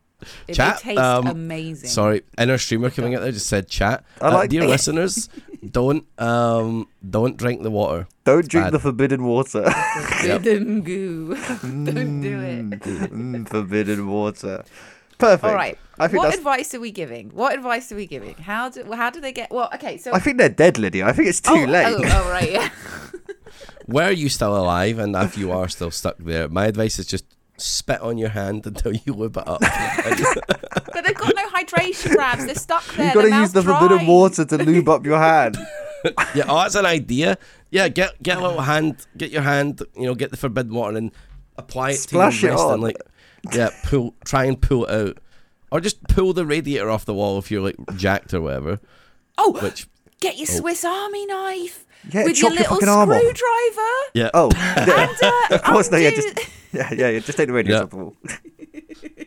[SPEAKER 3] It,
[SPEAKER 2] chat,
[SPEAKER 3] it tastes
[SPEAKER 2] um,
[SPEAKER 3] amazing.
[SPEAKER 2] Sorry, inner streamer coming out there just said chat.
[SPEAKER 1] I
[SPEAKER 2] Uh,
[SPEAKER 1] like
[SPEAKER 2] dear
[SPEAKER 1] that.
[SPEAKER 2] listeners, don't um don't drink the water.
[SPEAKER 1] Don't drink
[SPEAKER 2] bad.
[SPEAKER 1] the forbidden water.
[SPEAKER 2] Yep.
[SPEAKER 3] Forbidden goo. don't do it.
[SPEAKER 1] Mm, forbidden water. Perfect.
[SPEAKER 3] All right.
[SPEAKER 1] I think
[SPEAKER 3] what
[SPEAKER 1] that's.
[SPEAKER 3] advice are we giving? What advice are we giving? How do how do they get? Well, okay, so
[SPEAKER 1] I think they're dead, Lydia. I think it's too
[SPEAKER 3] oh,
[SPEAKER 1] late.
[SPEAKER 3] Oh, oh, right, yeah.
[SPEAKER 2] Were you still alive and if you are still stuck there, my advice is just spit on your hand until you lube it up.
[SPEAKER 3] but they've got no hydration, Rabs. They're stuck there.
[SPEAKER 1] You've got to
[SPEAKER 3] Their
[SPEAKER 1] use the
[SPEAKER 3] mouth's
[SPEAKER 1] forbidden
[SPEAKER 3] dry.
[SPEAKER 1] water to lube up your hand.
[SPEAKER 2] yeah, oh that's an idea. Yeah, get get a little hand get your hand, you know, get the forbidden water and apply it
[SPEAKER 1] Splash
[SPEAKER 2] to
[SPEAKER 1] it
[SPEAKER 2] your wrist
[SPEAKER 1] on.
[SPEAKER 2] and like yeah, pull try and pull it out. Or just pull the radiator off the wall if you're like jacked or whatever.
[SPEAKER 3] Oh,
[SPEAKER 2] Which
[SPEAKER 3] get your Swiss Army knife
[SPEAKER 1] Oh. Yeah,
[SPEAKER 3] with
[SPEAKER 1] chop your
[SPEAKER 3] your little
[SPEAKER 1] fucking arm off.
[SPEAKER 3] screwdriver.
[SPEAKER 2] yeah.
[SPEAKER 1] Oh, yeah.
[SPEAKER 3] And, uh,
[SPEAKER 1] of course, no, yeah,
[SPEAKER 3] undo-
[SPEAKER 1] just yeah, yeah, yeah, just take the radiator
[SPEAKER 2] Yeah.
[SPEAKER 1] off the wall.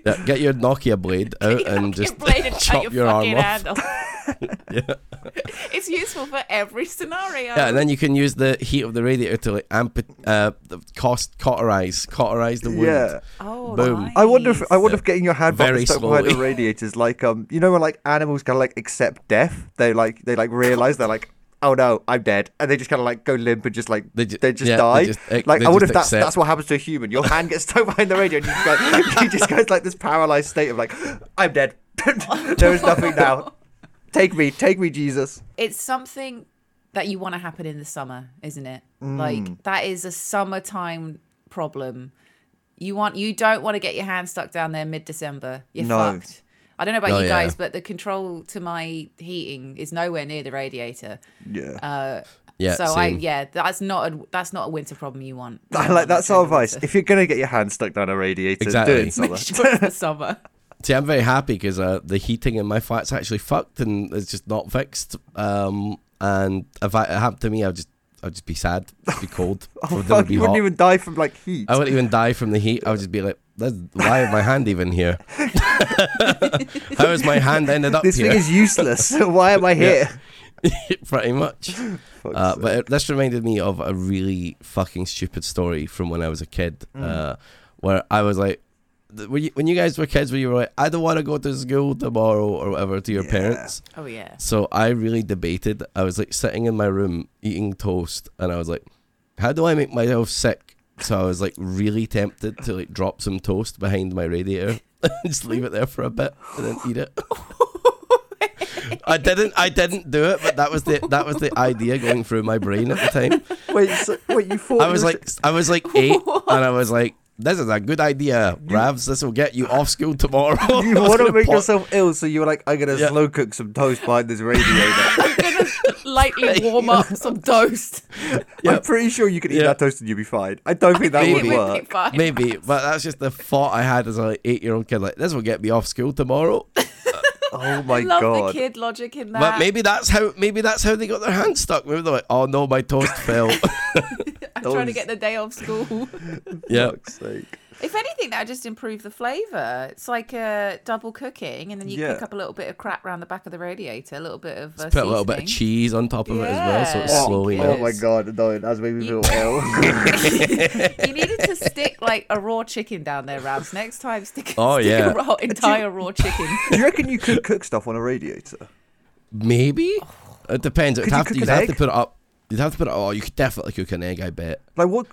[SPEAKER 2] Yeah, get your Nokia blade out and just
[SPEAKER 3] blade and cut
[SPEAKER 2] chop your, arm
[SPEAKER 3] fucking
[SPEAKER 2] off.
[SPEAKER 3] hand it's useful for every scenario.
[SPEAKER 2] Yeah, and then you can use the heat of the radiator to like amp uh, the cost cauterize, cauterize the wound.
[SPEAKER 1] Yeah.
[SPEAKER 3] oh,
[SPEAKER 2] Boom.
[SPEAKER 3] nice.
[SPEAKER 1] I wonder if I wonder if
[SPEAKER 2] Yeah.
[SPEAKER 1] getting your hand back
[SPEAKER 2] uh, Very
[SPEAKER 1] is stuck behind the
[SPEAKER 2] slowly.
[SPEAKER 1] radiators like um you know when like animals kind of like accept death they like they like realize they're like oh no I'm dead and they just kind of like go limp and just like they,
[SPEAKER 2] They ju-
[SPEAKER 1] just
[SPEAKER 2] yeah, they
[SPEAKER 1] die
[SPEAKER 2] just ac-
[SPEAKER 1] like
[SPEAKER 2] they
[SPEAKER 1] I wonder
[SPEAKER 2] just
[SPEAKER 1] if that's
[SPEAKER 2] accept.
[SPEAKER 1] that's what happens to a human your hand gets stuck behind the radiator and you just go you just go into, like this paralyzed state of like I'm dead there is nothing now take me take me Jesus
[SPEAKER 3] it's something that you want to happen in the summer, isn't it?
[SPEAKER 1] Mm.
[SPEAKER 3] Like that is a summertime problem. You want you don't want to get your hands stuck down there mid December. You're
[SPEAKER 1] No.
[SPEAKER 3] fucked. I don't know about
[SPEAKER 2] Oh,
[SPEAKER 3] you
[SPEAKER 2] yeah.
[SPEAKER 3] guys, but the control to my heating is nowhere near the radiator.
[SPEAKER 1] yeah
[SPEAKER 3] Uh,
[SPEAKER 2] Yeah,
[SPEAKER 3] so I
[SPEAKER 2] same.
[SPEAKER 3] yeah, that's not a that's not a winter problem you want. You
[SPEAKER 1] I
[SPEAKER 3] want
[SPEAKER 1] like
[SPEAKER 3] that
[SPEAKER 1] that's our
[SPEAKER 3] kind of
[SPEAKER 1] advice
[SPEAKER 3] winter.
[SPEAKER 1] if you're gonna get your hand stuck down a radiator
[SPEAKER 2] Exactly.
[SPEAKER 1] do it in summer.
[SPEAKER 3] Make sure it's the summer.
[SPEAKER 2] See, I'm very happy because uh, the heating in my flat's actually fucked and it's just not fixed. Um, and if I, it happened to me, I'd just I'd just be sad, just be cold. I would never
[SPEAKER 1] Oh, Fuck,
[SPEAKER 2] be
[SPEAKER 1] you wouldn't
[SPEAKER 2] hot.
[SPEAKER 1] even die from like heat
[SPEAKER 2] I wouldn't even die from the heat. I would just be like, "That's- why is my hand even here? How has my hand ended up
[SPEAKER 1] this
[SPEAKER 2] here?
[SPEAKER 1] thing is useless why am I here.
[SPEAKER 2] pretty much. Uh, but it, this reminded me of a really fucking stupid story from when I was a kid,
[SPEAKER 1] Mm.
[SPEAKER 2] uh, where I was like, th- when you, when you guys were kids, where you were like, I don't want to go to school tomorrow or whatever to your parents.
[SPEAKER 3] Oh yeah.
[SPEAKER 2] So I really debated. I was like sitting in my room eating toast, and I was like, how do I make myself sick? So I was like really tempted to like drop some toast behind my radiator, just leave it there for a bit, and then eat it. I didn't. I didn't do it, but that was the that was the idea going through my brain at the time.
[SPEAKER 1] Wait, so, wait, you thought
[SPEAKER 2] I
[SPEAKER 1] it
[SPEAKER 2] was like, I was like eight, and I was like, "This is a good idea, Ravs. This will get you off school tomorrow."
[SPEAKER 1] you
[SPEAKER 2] I was
[SPEAKER 1] want to
[SPEAKER 2] gonna
[SPEAKER 1] make
[SPEAKER 2] pop-
[SPEAKER 1] yourself ill, so you were like, I'm gonna
[SPEAKER 2] Yeah.
[SPEAKER 1] slow cook some toast behind this radiator.
[SPEAKER 3] Lightly warm up some toast.
[SPEAKER 1] I'm pretty sure you could eat
[SPEAKER 2] Yeah.
[SPEAKER 1] that toast and you'll be fine. I don't think that
[SPEAKER 2] It
[SPEAKER 1] would
[SPEAKER 2] would be
[SPEAKER 1] work.
[SPEAKER 3] fine.
[SPEAKER 2] Maybe, but that's just the thought I had as a like, eight year old kid. Like, this will get me off school tomorrow.
[SPEAKER 1] Oh my
[SPEAKER 3] Love
[SPEAKER 1] god!
[SPEAKER 3] the kid logic in that.
[SPEAKER 2] But maybe that's how maybe that's how they got their hands stuck. Maybe they're like, "Oh no, my toast fell."
[SPEAKER 3] I'm trying to get the day off school.
[SPEAKER 2] yeah,
[SPEAKER 1] Fuck's sake.
[SPEAKER 3] If anything, that would just improve the flavour. It's like uh, double cooking, and then you
[SPEAKER 1] Yeah.
[SPEAKER 3] pick up a little bit of crap around the back of the radiator, a little bit of uh,
[SPEAKER 2] put a little bit of
[SPEAKER 3] seasoning.
[SPEAKER 2] cheese on top of it as well, so it's
[SPEAKER 3] Yeah.
[SPEAKER 2] slowly
[SPEAKER 3] Oh,
[SPEAKER 1] Oh
[SPEAKER 2] melts.
[SPEAKER 1] my god! No, that's made me feel ill.
[SPEAKER 3] You needed to stick like a raw chicken down there, Rabs. Next time, stick,
[SPEAKER 2] Oh,
[SPEAKER 3] stick
[SPEAKER 2] yeah.
[SPEAKER 3] a raw, entire raw chicken.
[SPEAKER 1] Do you reckon you could cook stuff on a radiator?
[SPEAKER 2] Maybe it depends. It'd
[SPEAKER 1] Could you
[SPEAKER 2] have to,
[SPEAKER 1] cook
[SPEAKER 2] you'd
[SPEAKER 1] an
[SPEAKER 2] have to
[SPEAKER 1] egg?
[SPEAKER 2] put it up. You'd have to put it. Oh, you could definitely cook an egg. I bet.
[SPEAKER 1] Like what?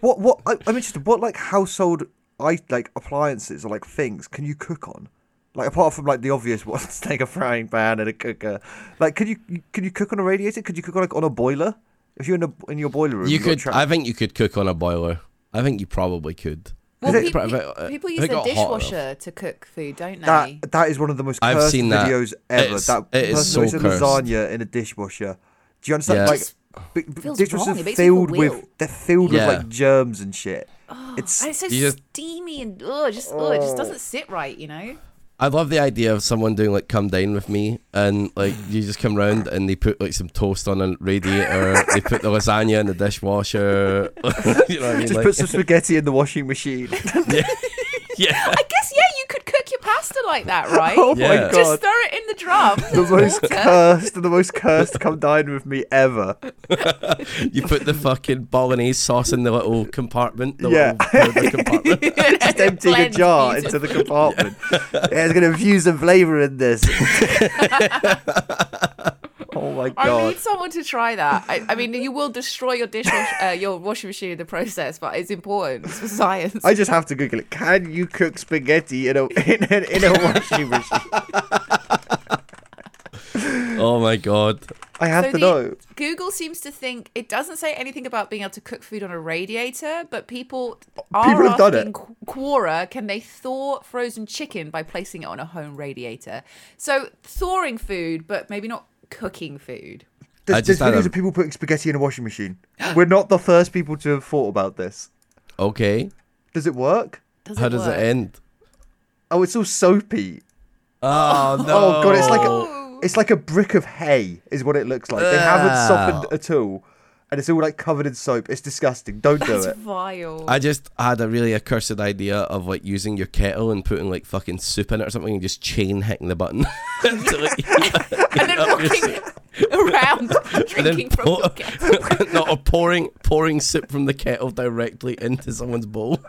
[SPEAKER 1] what? What? I, I'm interested. What like household i like appliances or like things can you cook on? Like apart from like the obvious ones, like a frying pan and a cooker. Like, can you can you cook on a radiator? Could you cook on like on a boiler? If you're in a in your boiler room,
[SPEAKER 2] You
[SPEAKER 1] you've got
[SPEAKER 2] could.
[SPEAKER 1] tra-
[SPEAKER 2] I think you could cook on a boiler. I think you probably could.
[SPEAKER 3] Well,
[SPEAKER 2] If it-
[SPEAKER 3] people,
[SPEAKER 2] if it- if it
[SPEAKER 3] people use the
[SPEAKER 2] uh, got hot enough.
[SPEAKER 3] dishwasher to cook food, don't they?
[SPEAKER 1] That that is one of the most
[SPEAKER 2] I've
[SPEAKER 1] cursed
[SPEAKER 2] seen that.
[SPEAKER 1] videos ever.
[SPEAKER 2] It's-
[SPEAKER 1] that
[SPEAKER 2] it is
[SPEAKER 1] person
[SPEAKER 2] so
[SPEAKER 1] who makes a
[SPEAKER 2] cursed.
[SPEAKER 1] lasagna in a dishwasher. Do you understand?
[SPEAKER 2] Yeah.
[SPEAKER 1] Like,
[SPEAKER 2] Just
[SPEAKER 1] b- b-
[SPEAKER 3] feels
[SPEAKER 1] dishwashers
[SPEAKER 3] wrong.
[SPEAKER 1] are
[SPEAKER 3] It makes me feel Oh,
[SPEAKER 1] filled with
[SPEAKER 3] ill.
[SPEAKER 1] they're filled
[SPEAKER 2] Yeah.
[SPEAKER 1] with like germs and shit. it's
[SPEAKER 3] And it's so
[SPEAKER 2] You just-
[SPEAKER 3] steamy and oh, just oh, it just doesn't sit right, you know.
[SPEAKER 2] I love the idea of someone doing like come down with me and like you just come round and they put like some toast on a radiator, they put the lasagna in the dishwasher. you know what I mean?
[SPEAKER 1] Just
[SPEAKER 2] Like,
[SPEAKER 1] put some spaghetti in the washing machine.
[SPEAKER 2] yeah.
[SPEAKER 3] I guess yeah, you could cook your pasta like that, right?
[SPEAKER 1] oh my
[SPEAKER 2] Yeah.
[SPEAKER 1] god.
[SPEAKER 3] Just throw it in the drum.
[SPEAKER 1] the
[SPEAKER 3] There's
[SPEAKER 1] most
[SPEAKER 3] water.
[SPEAKER 1] cursed, the most cursed come dine with me ever.
[SPEAKER 2] You put the fucking bolognese sauce in the little compartment, the
[SPEAKER 1] Yeah.
[SPEAKER 2] little powder compartment.
[SPEAKER 1] Just emptying a
[SPEAKER 3] Blends
[SPEAKER 1] jar
[SPEAKER 3] beautifully.
[SPEAKER 1] into the compartment. yeah, it's gonna infuse some flavour in this. oh my
[SPEAKER 3] I
[SPEAKER 1] god.
[SPEAKER 3] need someone to try that. I, I mean, you will destroy your dish, uh, your washing machine in the process, but it's important It's for science.
[SPEAKER 1] I just have to Google it. Can you cook spaghetti in a in a, in a washing machine?
[SPEAKER 2] Oh my god.
[SPEAKER 1] I have
[SPEAKER 3] So
[SPEAKER 1] to
[SPEAKER 3] the-
[SPEAKER 1] know.
[SPEAKER 3] Google seems to think it doesn't say anything about being able to cook food on a radiator, but people are
[SPEAKER 1] People have done
[SPEAKER 3] asking
[SPEAKER 1] it.
[SPEAKER 3] Qu- Quora, can they thaw frozen chicken by placing it on a home radiator? So thawing food, but maybe not cooking food.
[SPEAKER 2] I
[SPEAKER 1] There's,
[SPEAKER 2] just
[SPEAKER 1] there's
[SPEAKER 2] had
[SPEAKER 1] videos
[SPEAKER 2] a-
[SPEAKER 1] of people putting spaghetti in a washing machine. We're not the first people to have thought about this.
[SPEAKER 2] Okay.
[SPEAKER 1] Does it work?
[SPEAKER 3] Does
[SPEAKER 2] How
[SPEAKER 3] it
[SPEAKER 2] does
[SPEAKER 3] work?
[SPEAKER 2] it end?
[SPEAKER 1] Oh, it's all soapy.
[SPEAKER 2] Oh no.
[SPEAKER 1] Oh god, it's like a, it's like a brick of hay is what it looks like. They haven't
[SPEAKER 2] Ah.
[SPEAKER 1] softened at all, and it's all like covered in soap. It's disgusting. Don't do
[SPEAKER 3] That's
[SPEAKER 1] it.
[SPEAKER 3] vile.
[SPEAKER 2] I just had a really accursed idea of like using your kettle and putting like fucking soup in it or something and just chain hitting the button. to, like,
[SPEAKER 3] and then walking around
[SPEAKER 2] and then
[SPEAKER 3] drinking from
[SPEAKER 2] pour-
[SPEAKER 3] your kettle.
[SPEAKER 2] no, or pouring pouring soup from the kettle directly into someone's bowl.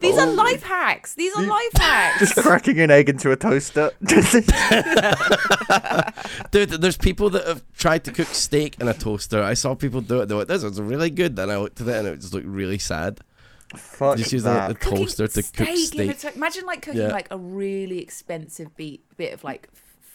[SPEAKER 3] These
[SPEAKER 1] Oh.
[SPEAKER 3] are life hacks. These are life hacks.
[SPEAKER 1] Just cracking an egg into a toaster.
[SPEAKER 2] Dude, there's people that have tried to cook steak in a toaster. I saw people do it. They were like, "This is really good." Then I looked at it and it just looked really sad.
[SPEAKER 1] Fuck
[SPEAKER 2] Just use
[SPEAKER 1] that.
[SPEAKER 2] the, the toaster to cook
[SPEAKER 3] in a
[SPEAKER 2] steak.
[SPEAKER 3] to- imagine like cooking
[SPEAKER 2] Yeah.
[SPEAKER 3] like a really expensive beat, bit of like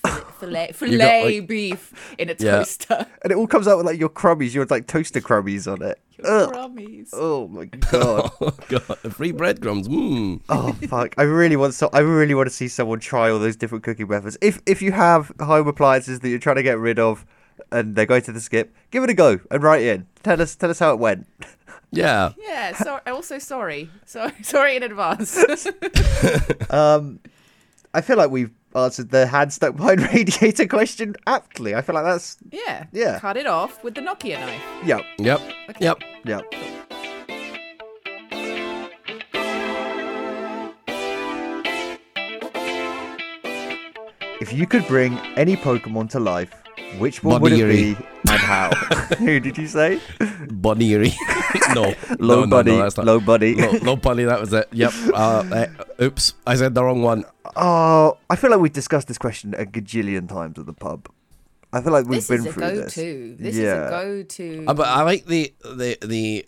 [SPEAKER 3] fil- fillet, fillet
[SPEAKER 2] You got, like-
[SPEAKER 3] beef in a
[SPEAKER 2] Yeah.
[SPEAKER 3] toaster.
[SPEAKER 1] and it all comes out with like your crummies. You had like toaster crummies on it.
[SPEAKER 3] Your crummies.
[SPEAKER 1] Oh my god.
[SPEAKER 2] oh god, the free breadcrumbs. Mmm.
[SPEAKER 1] oh fuck. I really want so I really want to see someone try all those different cooking methods. If if you have home appliances that you're trying to get rid of and they're going to the skip, give it a go and write in. Tell us tell us how it went.
[SPEAKER 2] Yeah.
[SPEAKER 3] Yeah. So also sorry. So sorry in advance.
[SPEAKER 1] I feel like we've answered the hand stuck behind radiator question aptly. I feel like that's
[SPEAKER 3] yeah.
[SPEAKER 1] Yeah.
[SPEAKER 3] Cut it off with the Nokia knife.
[SPEAKER 1] yeah,
[SPEAKER 2] Yep. Yep.
[SPEAKER 1] yeah. If you could bring any Pokemon to life, which one would it
[SPEAKER 2] Buneary.
[SPEAKER 1] be and how? Who did you say?
[SPEAKER 2] Bunny. no.
[SPEAKER 1] Low
[SPEAKER 2] no,
[SPEAKER 1] buddy.
[SPEAKER 2] No, no, that's not.
[SPEAKER 1] low buddy.
[SPEAKER 2] low, low bunny. That was it. Yep. Uh, eh, oops. I said the wrong one.
[SPEAKER 1] Oh, I feel like we've discussed this question a gajillion times at the pub. I feel like we've
[SPEAKER 3] This
[SPEAKER 1] been
[SPEAKER 3] is a
[SPEAKER 1] through
[SPEAKER 3] go-to. This, is
[SPEAKER 1] Yeah.
[SPEAKER 3] a go-to.
[SPEAKER 2] Uh, but I like the the the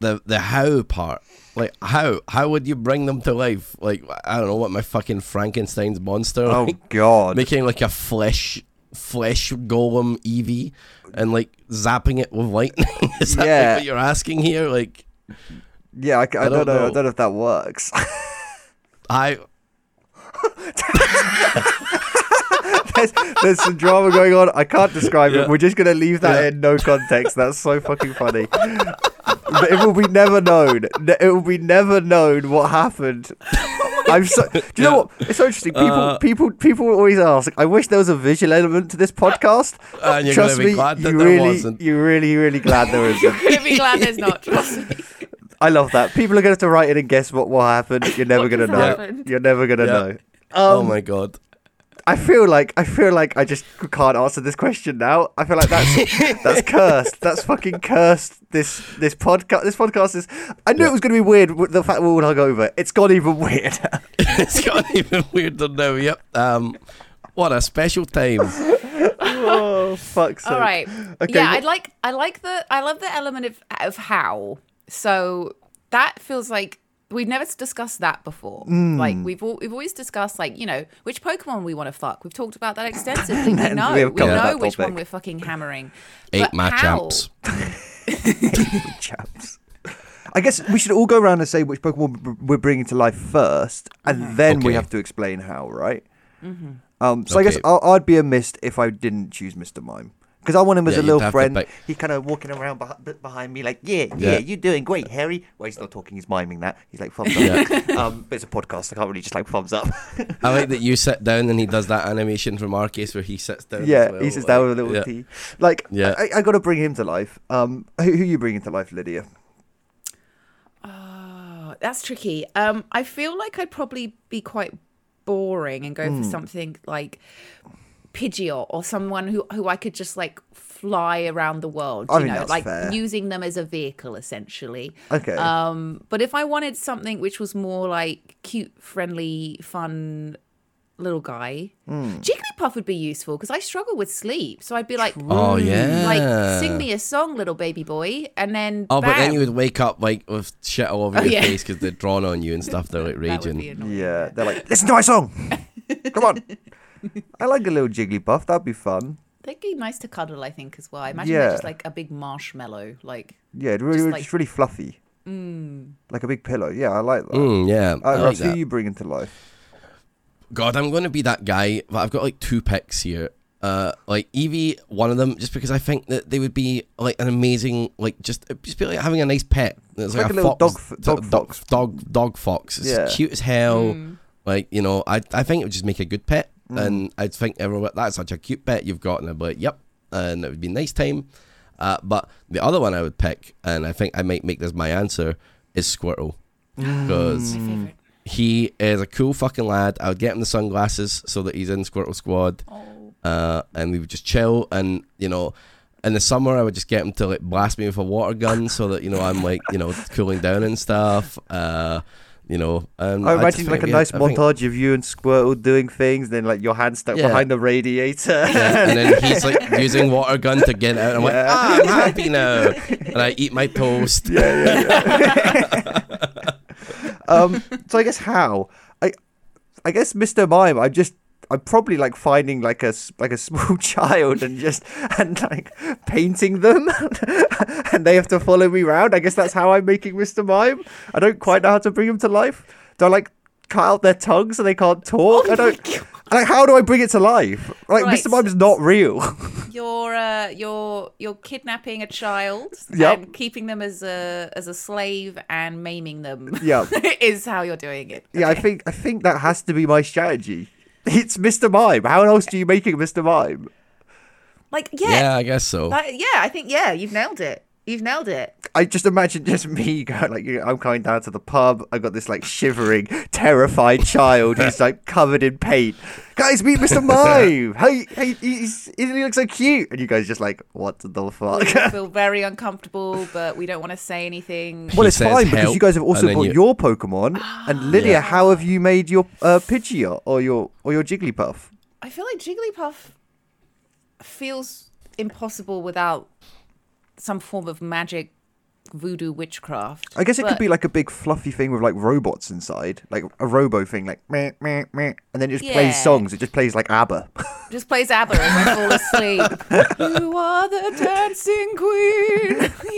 [SPEAKER 2] the the how part. Like how how would you bring them to life? Like I don't know what my fucking Frankenstein's monster.
[SPEAKER 1] Oh
[SPEAKER 2] like,
[SPEAKER 1] God.
[SPEAKER 2] Making like a flesh flesh golem Eevee and like zapping it with lightning. is that like,
[SPEAKER 1] Yeah.
[SPEAKER 2] what you're asking here? Like
[SPEAKER 1] yeah, I, c- I don't,
[SPEAKER 2] don't
[SPEAKER 1] know. I
[SPEAKER 2] know.
[SPEAKER 1] don't know if that works.
[SPEAKER 2] I
[SPEAKER 1] there's, there's some drama going on. I can't describe
[SPEAKER 2] Yeah.
[SPEAKER 1] it. We're just gonna leave that
[SPEAKER 2] Yeah.
[SPEAKER 1] in no context. That's so fucking funny. But it will be never known. Ne- It will be never known what happened. I'm so. Do you know what? It's so interesting. People,
[SPEAKER 2] Uh,
[SPEAKER 1] people, people always ask. I wish there was a visual element to this podcast.
[SPEAKER 2] And you're
[SPEAKER 1] Trust
[SPEAKER 2] gonna be
[SPEAKER 1] me,
[SPEAKER 2] glad that
[SPEAKER 1] you
[SPEAKER 2] there
[SPEAKER 1] really,
[SPEAKER 2] wasn't.
[SPEAKER 1] You're really, really glad there isn't.
[SPEAKER 3] You're gonna be glad there's not. Trust me.
[SPEAKER 1] I love that. People are gonna have to write in and guess what what happened. You're never
[SPEAKER 3] What
[SPEAKER 1] gonna
[SPEAKER 3] just
[SPEAKER 1] know.
[SPEAKER 3] happened?
[SPEAKER 1] You're never gonna
[SPEAKER 2] Yeah.
[SPEAKER 1] know.
[SPEAKER 2] oh
[SPEAKER 1] Um,
[SPEAKER 2] my god.
[SPEAKER 1] I feel like I feel like I just can't answer this question now. I feel like that's that's cursed. That's fucking cursed. This this podcast this podcast is. I knew it was going to be weird. with The fact we're all hungover. It's gone even weirder.
[SPEAKER 2] it's got even weirder now. Yep. Um, what a special time.
[SPEAKER 1] oh fuck!
[SPEAKER 3] All right.
[SPEAKER 1] Okay,
[SPEAKER 3] yeah,
[SPEAKER 1] wh-
[SPEAKER 3] I like I like the I love the element of of how. So that feels like we've never s- discussed that before.
[SPEAKER 1] Hmm.
[SPEAKER 3] Like we've al- we've always discussed like you know which Pokemon we want to fuck. We've talked about that extensively. we know
[SPEAKER 1] we
[SPEAKER 3] we,
[SPEAKER 1] have covered
[SPEAKER 3] know
[SPEAKER 1] that
[SPEAKER 3] which one
[SPEAKER 1] topic.
[SPEAKER 3] we're fucking hammering.
[SPEAKER 2] Eight
[SPEAKER 3] But how?
[SPEAKER 2] matchups.
[SPEAKER 1] chaps. I guess we should all go around and say which Pokemon b- we're bringing to life first, and then we
[SPEAKER 2] Mm-hmm. Okay. Mm-hmm.
[SPEAKER 1] have to explain how, right? Um, so I guess
[SPEAKER 2] Okay.
[SPEAKER 1] i I'd be amiss if I didn't choose Mr. Mime. Because I want him as
[SPEAKER 2] Yeah,
[SPEAKER 1] a
[SPEAKER 2] you'd
[SPEAKER 1] little
[SPEAKER 2] have to
[SPEAKER 1] friend.
[SPEAKER 2] pick-
[SPEAKER 1] He kind of walking around beh- behind me, like, yeah, yeah,
[SPEAKER 2] Yeah.
[SPEAKER 1] you're doing great, Harry. Well, he's not talking, he's miming that. He's like, thumbs up. um, but it's a podcast, I can't really just like thumbs up.
[SPEAKER 2] I like that you sit down and he does that animation from Arcus where he sits down. as
[SPEAKER 1] yeah,
[SPEAKER 2] well,
[SPEAKER 1] he sits
[SPEAKER 2] like,
[SPEAKER 1] down with a little
[SPEAKER 2] yeah.
[SPEAKER 1] tea. Like,
[SPEAKER 2] Yeah.
[SPEAKER 1] I, I got to bring him to life. Um, who, who you bringing to life, Lydia?
[SPEAKER 3] Oh, that's tricky. Um, I feel like I'd probably be quite boring and
[SPEAKER 1] Hmm.
[SPEAKER 3] go for something like Pidgeot or someone who who I could just like fly around the world.
[SPEAKER 1] I
[SPEAKER 3] you
[SPEAKER 1] think
[SPEAKER 3] know,
[SPEAKER 1] that's
[SPEAKER 3] like
[SPEAKER 1] fair.
[SPEAKER 3] using them as a vehicle essentially.
[SPEAKER 1] Okay.
[SPEAKER 3] Um, but if I wanted something which was more like cute, friendly, fun little guy,
[SPEAKER 1] Hmm.
[SPEAKER 3] Jigglypuff would be useful because I struggle with sleep. So I'd be like, "Hmm,
[SPEAKER 2] Oh, yeah.
[SPEAKER 3] like sing me a song, little baby boy, and then
[SPEAKER 2] Oh, but then
[SPEAKER 3] bam.
[SPEAKER 2] you would wake up like with shit all over
[SPEAKER 3] Oh,
[SPEAKER 2] your
[SPEAKER 3] yeah.
[SPEAKER 2] face because they're drawn on you and stuff. They're like
[SPEAKER 3] That would be
[SPEAKER 2] raging.
[SPEAKER 3] annoying.
[SPEAKER 1] Oh, Yeah, they're like, listen to my song. Come on. I like a little Jigglypuff. That'd be fun.
[SPEAKER 3] They'd be nice to cuddle, I think, as well. I imagine
[SPEAKER 1] Yeah.
[SPEAKER 3] they're just like a big marshmallow. Like,
[SPEAKER 1] Yeah, it really,
[SPEAKER 3] Just
[SPEAKER 1] just, Mm.
[SPEAKER 3] like-
[SPEAKER 1] really fluffy. Like a big pillow. Yeah, I like that.
[SPEAKER 2] Mm, yeah,
[SPEAKER 1] I,
[SPEAKER 2] I
[SPEAKER 1] I
[SPEAKER 2] like
[SPEAKER 1] see
[SPEAKER 2] that.
[SPEAKER 1] you bringing to life.
[SPEAKER 2] God, I'm going to be that guy, but I've got like two picks here. Uh, like Evie, one of them, just because I think that they would be like an amazing, like just it'd just be like having a nice pet. It's
[SPEAKER 1] like a little dog f- dog fox.
[SPEAKER 2] dog, dog fox. It's
[SPEAKER 1] Yeah.
[SPEAKER 2] cute as hell. Like you know, I I think it would just make a good pet,
[SPEAKER 1] Hmm.
[SPEAKER 2] and I think everyone would- that's such a cute pet you've got, and I'd be like, yep, and it would be nice time. Uh, but the other one I would pick, and I think I might make this my answer, is Squirtle,
[SPEAKER 1] Hmm.
[SPEAKER 2] because
[SPEAKER 3] favorite.
[SPEAKER 2] he is a cool fucking lad. I would get him the sunglasses so that he's in Squirtle Squad. Uh, and we would just chill and, you know, in the summer I would just get him to like blast me with a water gun so that, you know, I'm like, you know, cooling down and stuff. Uh, you know,
[SPEAKER 1] I
[SPEAKER 2] um, just
[SPEAKER 1] Oh, imagine
[SPEAKER 2] think
[SPEAKER 1] like a
[SPEAKER 2] it'd be
[SPEAKER 1] nice
[SPEAKER 2] I think-
[SPEAKER 1] montage of you and Squirtle doing things, then like your hand stuck
[SPEAKER 2] Yeah.
[SPEAKER 1] behind the radiator.
[SPEAKER 2] and then he's like using water gun to get out. I'm like, ah, I'm happy now, and I eat my toast.
[SPEAKER 1] um, so I guess how I, I guess Mr. Mime. I just I'm probably like finding like a s- like a small child and just and like painting them, and they have to follow me round. I guess that's how I'm making Mr. Mime. I don't quite know how to bring him to life. Do I like cut out their tongue so they can't talk? I don't. Like, how do I bring it to life? Like,
[SPEAKER 3] Right,
[SPEAKER 1] Mr. Mime's not real.
[SPEAKER 3] You're uh, you're you're kidnapping a child
[SPEAKER 1] Yep.
[SPEAKER 3] and keeping them as a as a slave and maiming them.
[SPEAKER 1] Yep.
[SPEAKER 3] is how you're doing it.
[SPEAKER 1] yeah, I think I think that has to be my strategy. It's Mr. Mime. How else do you make it Mr. Mime?
[SPEAKER 3] Like, yeah,
[SPEAKER 2] Yeah, I guess so.
[SPEAKER 3] like, yeah. I think yeah, you've nailed it. You've nailed it.
[SPEAKER 1] I just imagine just me going like, you know, I'm going down to the pub. I got this like shivering, terrified child who's like covered in paint. Guys, meet Mr. Mime. Hey, hey, he's, he looks so cute. And you guys just like, what the fuck?
[SPEAKER 3] I feel very uncomfortable, but we don't want to say anything.
[SPEAKER 1] well,
[SPEAKER 2] He
[SPEAKER 1] it's
[SPEAKER 2] says
[SPEAKER 1] fine because you
[SPEAKER 2] help,
[SPEAKER 1] guys have also
[SPEAKER 2] and then
[SPEAKER 1] bought
[SPEAKER 2] you- Ah.
[SPEAKER 1] your Pokemon. And Lydia, how have you made your uh, Pidgeot or your or your Jigglypuff?
[SPEAKER 3] I feel like Jigglypuff feels impossible without some form of magic, voodoo, witchcraft.
[SPEAKER 1] I guess it could
[SPEAKER 3] But-
[SPEAKER 1] be like a big fluffy thing with like robots inside, like a robo thing, like meh meh meh, and then it just
[SPEAKER 3] Yeah.
[SPEAKER 1] plays songs. It just plays like ABBA.
[SPEAKER 3] Just plays ABBA as I fall asleep. you are the dancing queen.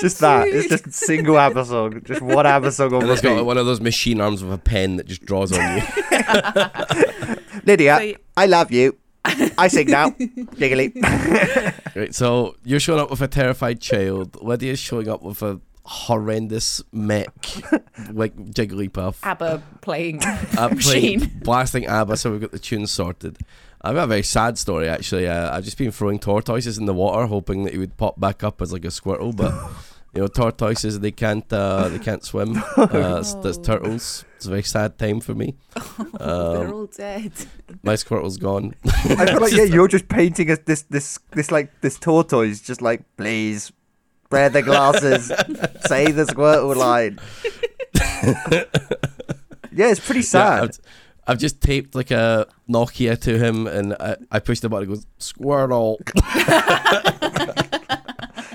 [SPEAKER 1] just that. It's just a single ABBA song. Just one ABBA song on
[SPEAKER 2] and it's got like,
[SPEAKER 1] repeat.
[SPEAKER 2] one of those machine arms with a pen that just draws on you.
[SPEAKER 1] Lydia,
[SPEAKER 3] So y-
[SPEAKER 1] I love you. I sing now. Jiggly.
[SPEAKER 2] Right, so you're showing up with a terrified child. Lydia's showing up with a horrendous mech, like Jigglypuff.
[SPEAKER 3] ABBA playing
[SPEAKER 1] Um,
[SPEAKER 2] uh, playing-
[SPEAKER 3] machine.
[SPEAKER 2] blasting ABBA, so we've got the tune sorted. I've got a very sad story, actually. Uh, I've just been throwing tortoises in the water, hoping that he would pop back up as like a squirtle, but you know, tortoises they can't uh, they can't swim. Uh, it's, there's turtles. It's a very sad time for me. Uh,
[SPEAKER 3] They're all dead.
[SPEAKER 2] My squirtle's gone.
[SPEAKER 1] I feel like yeah, you're just painting us this this this like this tortoise, just like please. Wear the glasses. say the Squirtle line. yeah, it's pretty
[SPEAKER 2] Yeah,
[SPEAKER 1] sad.
[SPEAKER 2] I've, I've just taped like a Nokia to him, and I, I pushed the button. It goes squirtle.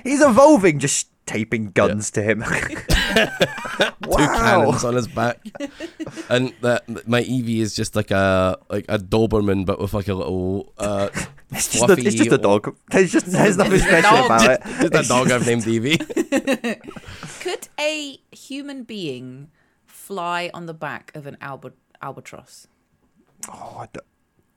[SPEAKER 1] He's evolving, just taping guns to him.
[SPEAKER 2] two
[SPEAKER 1] wow.
[SPEAKER 2] cannons on his back. and that my Eevee is just like a like a Doberman, but with like a little. Uh,
[SPEAKER 1] It's just, a, it's just a dog. There's just there's nothing
[SPEAKER 3] It's a
[SPEAKER 1] special
[SPEAKER 3] dog.
[SPEAKER 1] about it.
[SPEAKER 2] Just a dog I've named E Eevee.
[SPEAKER 3] Could a human being fly on the back of an albert albatross?
[SPEAKER 1] Oh, I don't-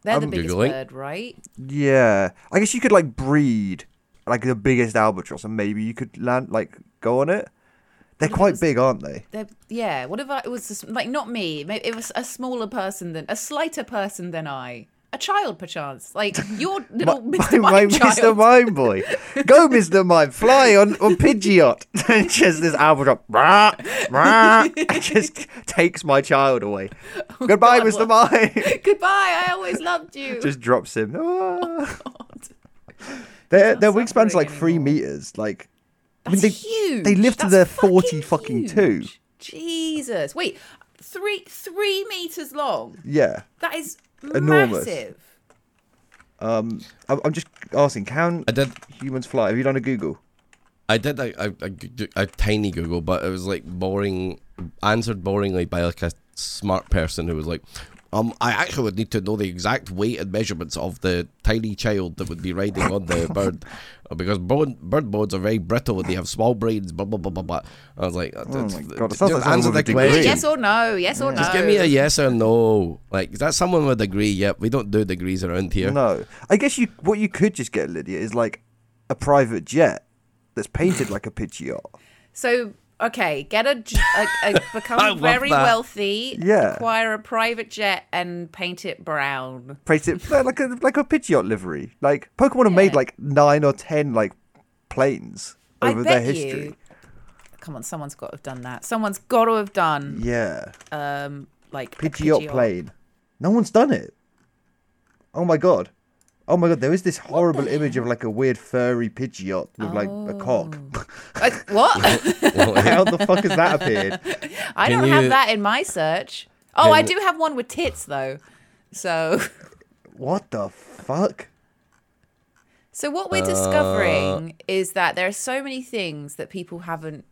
[SPEAKER 3] They're the
[SPEAKER 1] I'm
[SPEAKER 3] biggest
[SPEAKER 2] Googling.
[SPEAKER 3] bird, right?
[SPEAKER 1] Yeah, I guess you could like breed like the biggest albatross, and maybe you could land like go on it. They're quite big, aren't they?
[SPEAKER 3] They're, yeah. What if I, it was a s like not me? Maybe it was a smaller person than a slighter person than I, a child perchance, like your little Mr.
[SPEAKER 1] my,
[SPEAKER 3] Mime
[SPEAKER 1] my
[SPEAKER 3] child.
[SPEAKER 1] Mr. Mime boy, go, Mr. Mime, fly on on Pidgeot, and just this albatross, rah, rah, and just takes my child away. Goodbye,
[SPEAKER 3] Oh,
[SPEAKER 1] Mr.
[SPEAKER 3] God,
[SPEAKER 1] Mime.
[SPEAKER 3] Goodbye. I always loved you.
[SPEAKER 1] just drops him. Ah. Their their
[SPEAKER 3] not
[SPEAKER 1] wingspan's
[SPEAKER 3] suffering
[SPEAKER 1] like three
[SPEAKER 3] anymore.
[SPEAKER 1] meters. Like
[SPEAKER 3] That's
[SPEAKER 1] they,
[SPEAKER 3] huge.
[SPEAKER 1] They live to
[SPEAKER 3] That's
[SPEAKER 1] their forty fucking two.
[SPEAKER 3] huge. Jesus. Wait, three three meters long.
[SPEAKER 1] Yeah.
[SPEAKER 3] That is
[SPEAKER 1] Enormous.
[SPEAKER 3] massive.
[SPEAKER 1] I'm I'm just asking, can
[SPEAKER 2] I did.
[SPEAKER 1] humans fly? Have you done a Google?
[SPEAKER 2] I did a, a, a g- a tiny Google, but it was like boring, answered boringly by like a smart person who was like, um, I actually would need to know the exact weight and measurements of the tiny child that would be riding on the bird, uh, because bone, bird bones are very brittle and they have small brains. Blah blah blah blah blah. I was like, oh
[SPEAKER 1] my God, it sounds like someone
[SPEAKER 2] answer
[SPEAKER 1] with a
[SPEAKER 2] the
[SPEAKER 1] degree.
[SPEAKER 2] question.
[SPEAKER 3] Yes or no? Yes or no?
[SPEAKER 2] Just give me a yes or no. Like is that someone would agree. Yep, we don't do degrees around here.
[SPEAKER 1] No. I guess you what you could just get, Lydia, is like a private jet that's painted like a Pidgeot.
[SPEAKER 3] So okay, get a, j- a- a-
[SPEAKER 2] I
[SPEAKER 3] become
[SPEAKER 2] love
[SPEAKER 3] very
[SPEAKER 2] that.
[SPEAKER 3] wealthy,
[SPEAKER 1] Yeah.
[SPEAKER 3] acquire a private jet and paint it brown.
[SPEAKER 1] Paint it no, like a like a Pidgeot livery. Like Pokemon have made
[SPEAKER 3] Yeah.
[SPEAKER 1] like nine or ten like planes
[SPEAKER 3] I
[SPEAKER 1] over their
[SPEAKER 3] bet you-
[SPEAKER 1] history.
[SPEAKER 3] Come on, someone's got to have done that. Someone's got to have done
[SPEAKER 1] Yeah.
[SPEAKER 3] um like a
[SPEAKER 1] Pidgeot, plane. No one's done it. Oh my god. Oh my god, there is this horrible image of like a weird furry Pidgeot with like a cock.
[SPEAKER 3] Like, Uh, what?
[SPEAKER 1] How the fuck has that appeared?
[SPEAKER 3] I
[SPEAKER 2] Can
[SPEAKER 3] don't have
[SPEAKER 2] you-
[SPEAKER 3] that in my search. Oh, I
[SPEAKER 2] Can-
[SPEAKER 3] do have one with tits though. So
[SPEAKER 1] What the fuck?
[SPEAKER 3] So
[SPEAKER 1] Uh,
[SPEAKER 3] what we're discovering is that there are so many things that people haven't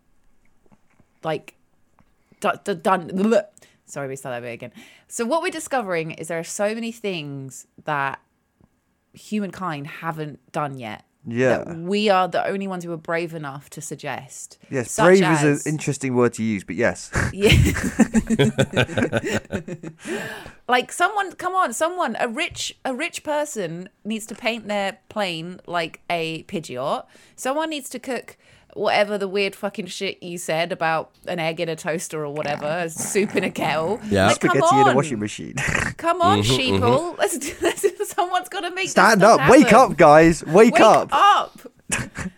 [SPEAKER 3] like d- d- done. bleh. Sorry, we start that bit again. So what we're discovering is there are so many things that humankind haven't done yet.
[SPEAKER 1] Yeah.
[SPEAKER 3] That we are the only ones who are brave enough to suggest.
[SPEAKER 1] Yes,
[SPEAKER 3] Such
[SPEAKER 1] brave is
[SPEAKER 3] as-
[SPEAKER 1] an interesting word to use, but yes.
[SPEAKER 3] Yeah. like someone, come on, someone, a rich, a rich person needs to paint their plane like a Pidgeot. Someone needs to cook whatever the weird fucking shit you said about an egg in a toaster or whatever, a soup in a kettle.
[SPEAKER 2] Yeah.
[SPEAKER 3] like,
[SPEAKER 1] Spaghetti
[SPEAKER 3] come on,
[SPEAKER 1] in a washing machine.
[SPEAKER 3] Come on, sheeple. Let's do this. Someone's got to make this
[SPEAKER 1] Stand
[SPEAKER 3] stuff
[SPEAKER 1] up, wake
[SPEAKER 3] happen.
[SPEAKER 1] up, guys, wake,
[SPEAKER 3] wake
[SPEAKER 1] up.
[SPEAKER 3] up.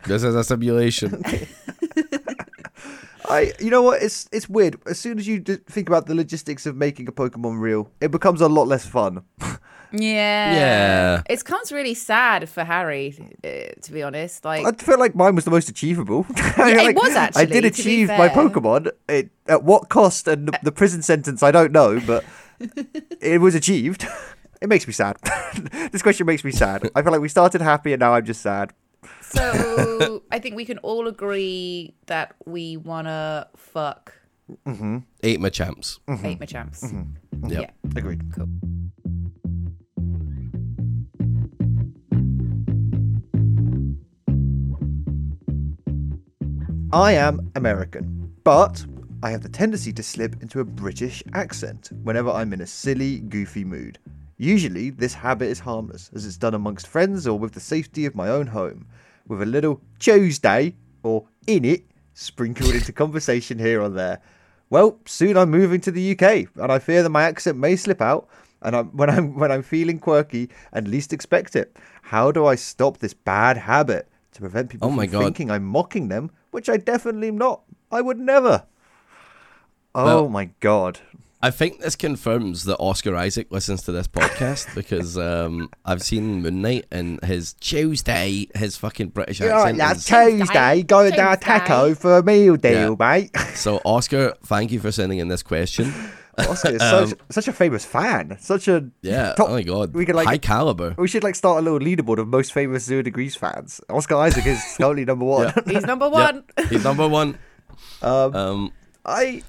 [SPEAKER 2] This is a simulation.
[SPEAKER 1] I, you know what? It's it's weird. As soon as you d- think about the logistics of making a Pokemon reel, it becomes a lot less fun.
[SPEAKER 3] Yeah.
[SPEAKER 2] Yeah.
[SPEAKER 3] It comes really sad for Harry, uh, to be honest. Like,
[SPEAKER 1] I feel like mine was the most achievable.
[SPEAKER 3] it
[SPEAKER 1] Like,
[SPEAKER 3] was
[SPEAKER 1] I
[SPEAKER 3] actually,
[SPEAKER 1] did
[SPEAKER 3] to be
[SPEAKER 1] achieve my
[SPEAKER 3] fair.
[SPEAKER 1] Pokemon. It, at what cost and the, the prison sentence, I don't know, but it was achieved. It makes me sad. this question makes me sad. I feel like we started happy and now I'm just sad.
[SPEAKER 3] So I think we can all agree that we wanna fuck
[SPEAKER 2] Eight my champs.
[SPEAKER 1] Mm-hmm.
[SPEAKER 3] eight Machamps.
[SPEAKER 2] Yep.
[SPEAKER 3] Yeah.
[SPEAKER 1] Agreed.
[SPEAKER 3] Cool.
[SPEAKER 1] I am American, but I have the tendency to slip into a British accent whenever I'm in a silly, goofy mood. Usually, this habit is harmless, as it's done amongst friends or with the safety of my own home, with a little Tuesday or in it sprinkled into conversation here or there. Well, soon I'm moving to the UK, and I fear that my accent may slip out. And I'm, when I'm when I'm feeling quirky and least expect it, how do I stop this bad habit to prevent people
[SPEAKER 2] Oh my
[SPEAKER 1] from
[SPEAKER 2] God.
[SPEAKER 1] thinking I'm mocking them, which I definitely am not. I would never. Oh
[SPEAKER 2] Well-
[SPEAKER 1] my God.
[SPEAKER 2] I think this confirms that Oscar Isaac listens to this podcast because um, I've seen Moon Knight and his Tuesday, his fucking British accent. is-
[SPEAKER 3] Tuesday, going to a taco Tuesday.
[SPEAKER 1] for a meal
[SPEAKER 2] deal,
[SPEAKER 1] mate.
[SPEAKER 2] so Oscar, thank you for sending in this question.
[SPEAKER 1] Oscar is such, such a famous fan. Such a
[SPEAKER 2] Um, Yeah.
[SPEAKER 1] top-
[SPEAKER 2] oh my god.
[SPEAKER 1] We could like
[SPEAKER 2] high caliber.
[SPEAKER 1] we should like start a little leaderboard of most famous zero degrees fans. Oscar Isaac is totally number one.
[SPEAKER 3] He's number
[SPEAKER 2] Yeah,
[SPEAKER 3] one.
[SPEAKER 2] he's number one.
[SPEAKER 1] I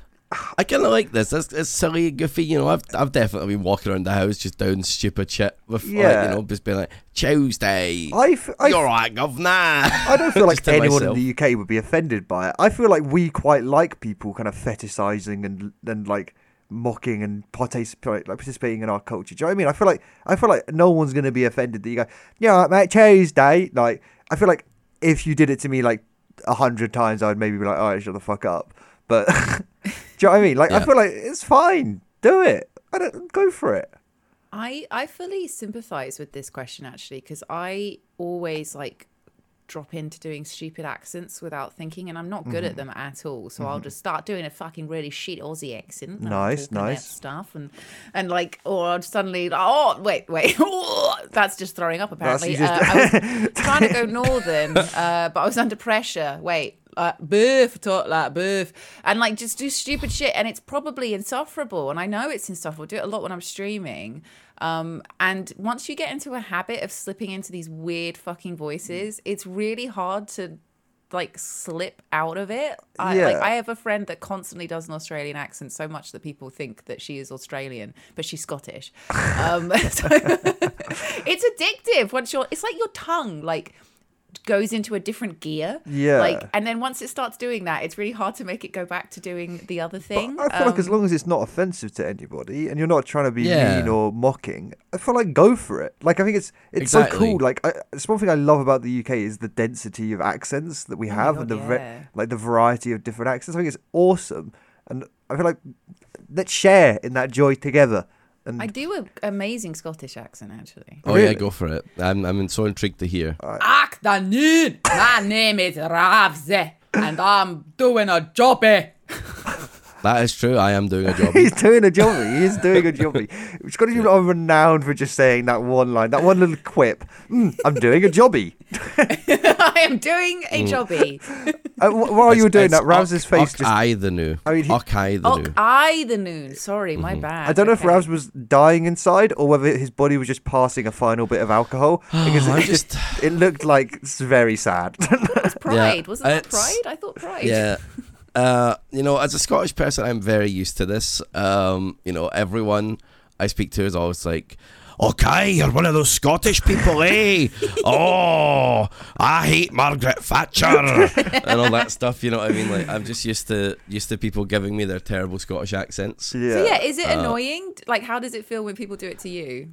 [SPEAKER 2] I kind of like this. It's, it's silly, goofy. You know, I've I've definitely been walking around the house just doing stupid shit with, like,
[SPEAKER 1] Yeah.
[SPEAKER 2] you know, just being like Tuesday.
[SPEAKER 1] I f- I
[SPEAKER 2] You're
[SPEAKER 1] f-
[SPEAKER 2] right, governor. I
[SPEAKER 1] I don't feel like
[SPEAKER 2] to
[SPEAKER 1] anyone
[SPEAKER 2] myself.
[SPEAKER 1] in the UK would be offended by it. I feel like we quite like people kind of fetishizing and and like mocking and participating, like participating in our culture. Do you know what I mean? I feel like I feel like no one's gonna be offended that you go, yeah, right, mate, Tuesday. Like I feel like if you did it to me like a hundred times, I would maybe be like, all right, shut the fuck up. But do you know what I mean? Like I
[SPEAKER 2] Yeah.
[SPEAKER 1] feel like it's fine. Do it. I don't go for it.
[SPEAKER 3] I I fully sympathize with this question actually because I always like drop into doing stupid accents without thinking and I'm not good
[SPEAKER 1] Mm-hmm.
[SPEAKER 3] at them at all so I'll just start doing a fucking really shit Aussie accent and I'm
[SPEAKER 1] Nice,
[SPEAKER 3] talking about
[SPEAKER 1] nice.
[SPEAKER 3] stuff and and like or I'll suddenly oh wait wait that's just throwing up apparently
[SPEAKER 1] you just-
[SPEAKER 3] Uh, I was trying to go northern uh, but I was under pressure wait like boof talk like boof and like just do stupid shit and it's probably insufferable and I know it's insufferable I do it a lot when I'm streaming um, and once you get into a habit of slipping into these weird fucking voices, it's really hard to like slip out of it. I, Like
[SPEAKER 1] Yeah.
[SPEAKER 3] I have a friend that constantly does an Australian accent so much that people think that she is Australian, but she's Scottish. Um, so it's addictive once you're. It's like your tongue like goes into a different gear.
[SPEAKER 1] Yeah.
[SPEAKER 3] Like, and then once it starts doing that, it's really hard to make it go back to doing the other thing.
[SPEAKER 1] I feel
[SPEAKER 3] Um,
[SPEAKER 1] like as long as it's not offensive to anybody and you're not trying to be
[SPEAKER 2] Yeah.
[SPEAKER 1] mean or mocking, I feel like go for it. Like I think it's it's so
[SPEAKER 2] Exactly.
[SPEAKER 1] cool. Like I, it's one thing I love about the UK is the density of accents that we have and the
[SPEAKER 3] Oh God,
[SPEAKER 1] ve-
[SPEAKER 3] yeah.
[SPEAKER 1] like the variety of different accents. I think it's awesome, and I feel like let's share in that joy together. And
[SPEAKER 3] Um, I do an amazing Scottish accent actually.
[SPEAKER 2] Oh yeah,
[SPEAKER 1] Really?
[SPEAKER 2] go for it. I'm I'm so intrigued to hear.
[SPEAKER 3] Afternoon. My name is Ravze, and I'm doing a job. eh?
[SPEAKER 2] That is true. I am doing a job.
[SPEAKER 1] He's doing a jobby. He's doing a jobby. Scottish people are renowned for just saying that one line, that one little quip. "Mm, I'm doing a jobby.
[SPEAKER 3] I am doing a
[SPEAKER 1] Mm.
[SPEAKER 3] jobby.
[SPEAKER 1] Uh, wh- while you were doing
[SPEAKER 2] It's
[SPEAKER 1] that, Rams's
[SPEAKER 2] Uck-
[SPEAKER 1] face
[SPEAKER 2] Uck
[SPEAKER 1] just
[SPEAKER 2] I the new. I
[SPEAKER 1] mean, he-
[SPEAKER 2] the
[SPEAKER 3] Oh,
[SPEAKER 2] new. Mm-hmm.
[SPEAKER 3] I the noon. Sorry, my bad.
[SPEAKER 1] I don't know if
[SPEAKER 3] Okay.
[SPEAKER 1] Rouse was dying inside or whether his body was just passing a final bit of alcohol because
[SPEAKER 2] I'm
[SPEAKER 1] it just it looked like it's very sad.
[SPEAKER 3] It's pride. Wasn't that
[SPEAKER 2] it's-
[SPEAKER 3] pride? I thought pride.
[SPEAKER 2] Yeah. Uh, you know, as a Scottish person, I'm very used to this. Um, you know, everyone I speak to is always like, okay, you're one of those Scottish people, eh? oh, I hate Margaret Thatcher and all that stuff. You know what I mean? Like, I'm just used to used to people giving me their terrible Scottish accents.
[SPEAKER 3] So yeah, is
[SPEAKER 2] Uh,
[SPEAKER 3] it annoying? Like, how does it feel when people do it to you?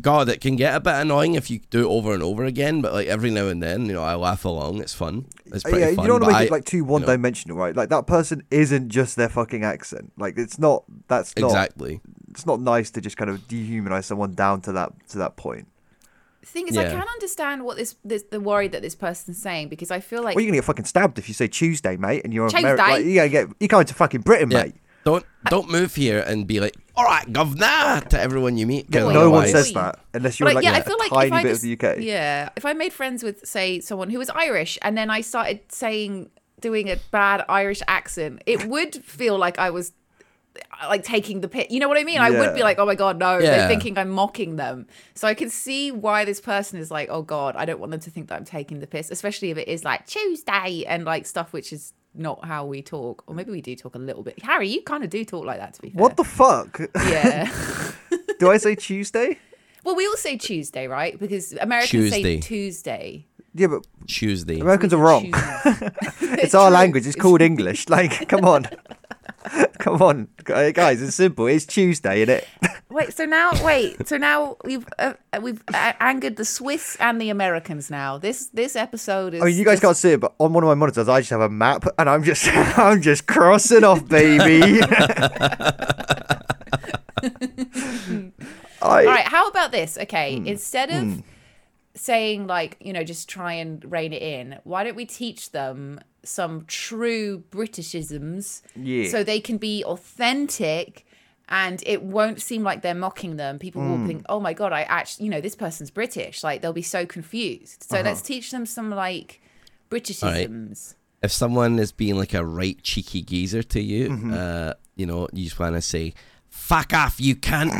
[SPEAKER 2] God, it can get a bit annoying if you do it over and over again. But like every now and then, you know, I laugh along. It's fun. It's
[SPEAKER 1] Uh,
[SPEAKER 2] pretty
[SPEAKER 1] yeah, you
[SPEAKER 2] fun.
[SPEAKER 1] don't want to
[SPEAKER 2] but
[SPEAKER 1] make it
[SPEAKER 2] I-
[SPEAKER 1] like too one-dimensional, right? Like that person isn't just their fucking accent. Like it's not that's not
[SPEAKER 2] exactly.
[SPEAKER 1] it's not nice to just kind of dehumanize someone down to that to that point.
[SPEAKER 3] The thing is, I
[SPEAKER 2] Yeah.
[SPEAKER 3] can understand what this, this the worry that this person's saying because I feel like
[SPEAKER 1] Well, you're gonna get fucking stabbed if you say Tuesday, mate, and you're Ameri-
[SPEAKER 3] Tuesday?
[SPEAKER 1] like, you're gonna get you're going to fucking Britain,
[SPEAKER 2] Yeah.
[SPEAKER 1] mate.
[SPEAKER 2] Don't don't move here and be like, all right, governor, to everyone you meet. 'cause
[SPEAKER 3] Well,
[SPEAKER 1] no one
[SPEAKER 2] otherwise-
[SPEAKER 1] says that unless you're
[SPEAKER 3] But,
[SPEAKER 1] like
[SPEAKER 3] yeah,
[SPEAKER 1] a
[SPEAKER 3] I feel like
[SPEAKER 1] tiny
[SPEAKER 3] if I
[SPEAKER 1] bit
[SPEAKER 3] just,
[SPEAKER 1] of the UK.
[SPEAKER 3] Yeah, if I made friends with say someone who was Irish, and then I started saying doing a bad Irish accent, it would feel like I was uh, like taking the pit. You know what I mean? I would be
[SPEAKER 1] Yeah.
[SPEAKER 3] like, oh my god, no, they're
[SPEAKER 2] Yeah.
[SPEAKER 3] thinking I'm mocking them. So I can see why this person is like, oh god, I don't want them to think that I'm taking the piss, especially if it is like Tuesday and like stuff which is not how we talk, or maybe we do talk a little bit. Harry, you kind of do talk like that to be fair.
[SPEAKER 1] What the fuck?
[SPEAKER 3] Yeah.
[SPEAKER 1] Do I say Tuesday?
[SPEAKER 3] Well, we all say Tuesday, right? Because Americans say
[SPEAKER 2] Tuesday.
[SPEAKER 3] Tuesday.
[SPEAKER 1] Yeah, but
[SPEAKER 2] Tuesday.
[SPEAKER 1] Americans are wrong. it's our language. It's called English. Like, come on, come on, Gu- guys. It's simple. It's Tuesday, is it?
[SPEAKER 3] Wait, so now, wait, so now we've uh, we've uh, angered the Swiss and the Americans. Now this this episode is.
[SPEAKER 1] I mean, Oh, you guys
[SPEAKER 3] just-
[SPEAKER 1] can't see it, but on one of my monitors, I just have a map, and I'm just, I'm just crossing off, baby. I,
[SPEAKER 3] All right, how about this? Okay, instead of saying like you know just try and rein it in, why don't we teach them some true Britishisms?
[SPEAKER 1] Yeah.
[SPEAKER 3] So they can be authentic. And it won't seem like they're mocking them. People will think, "Oh my god, I actually, you know, this person's British." Like they'll be so confused. So let's teach them some like Britishisms.
[SPEAKER 2] If someone is being like a right cheeky geezer to you,
[SPEAKER 1] Mm-hmm.
[SPEAKER 2] uh, you know, you just want to say, "Fuck off, you can't."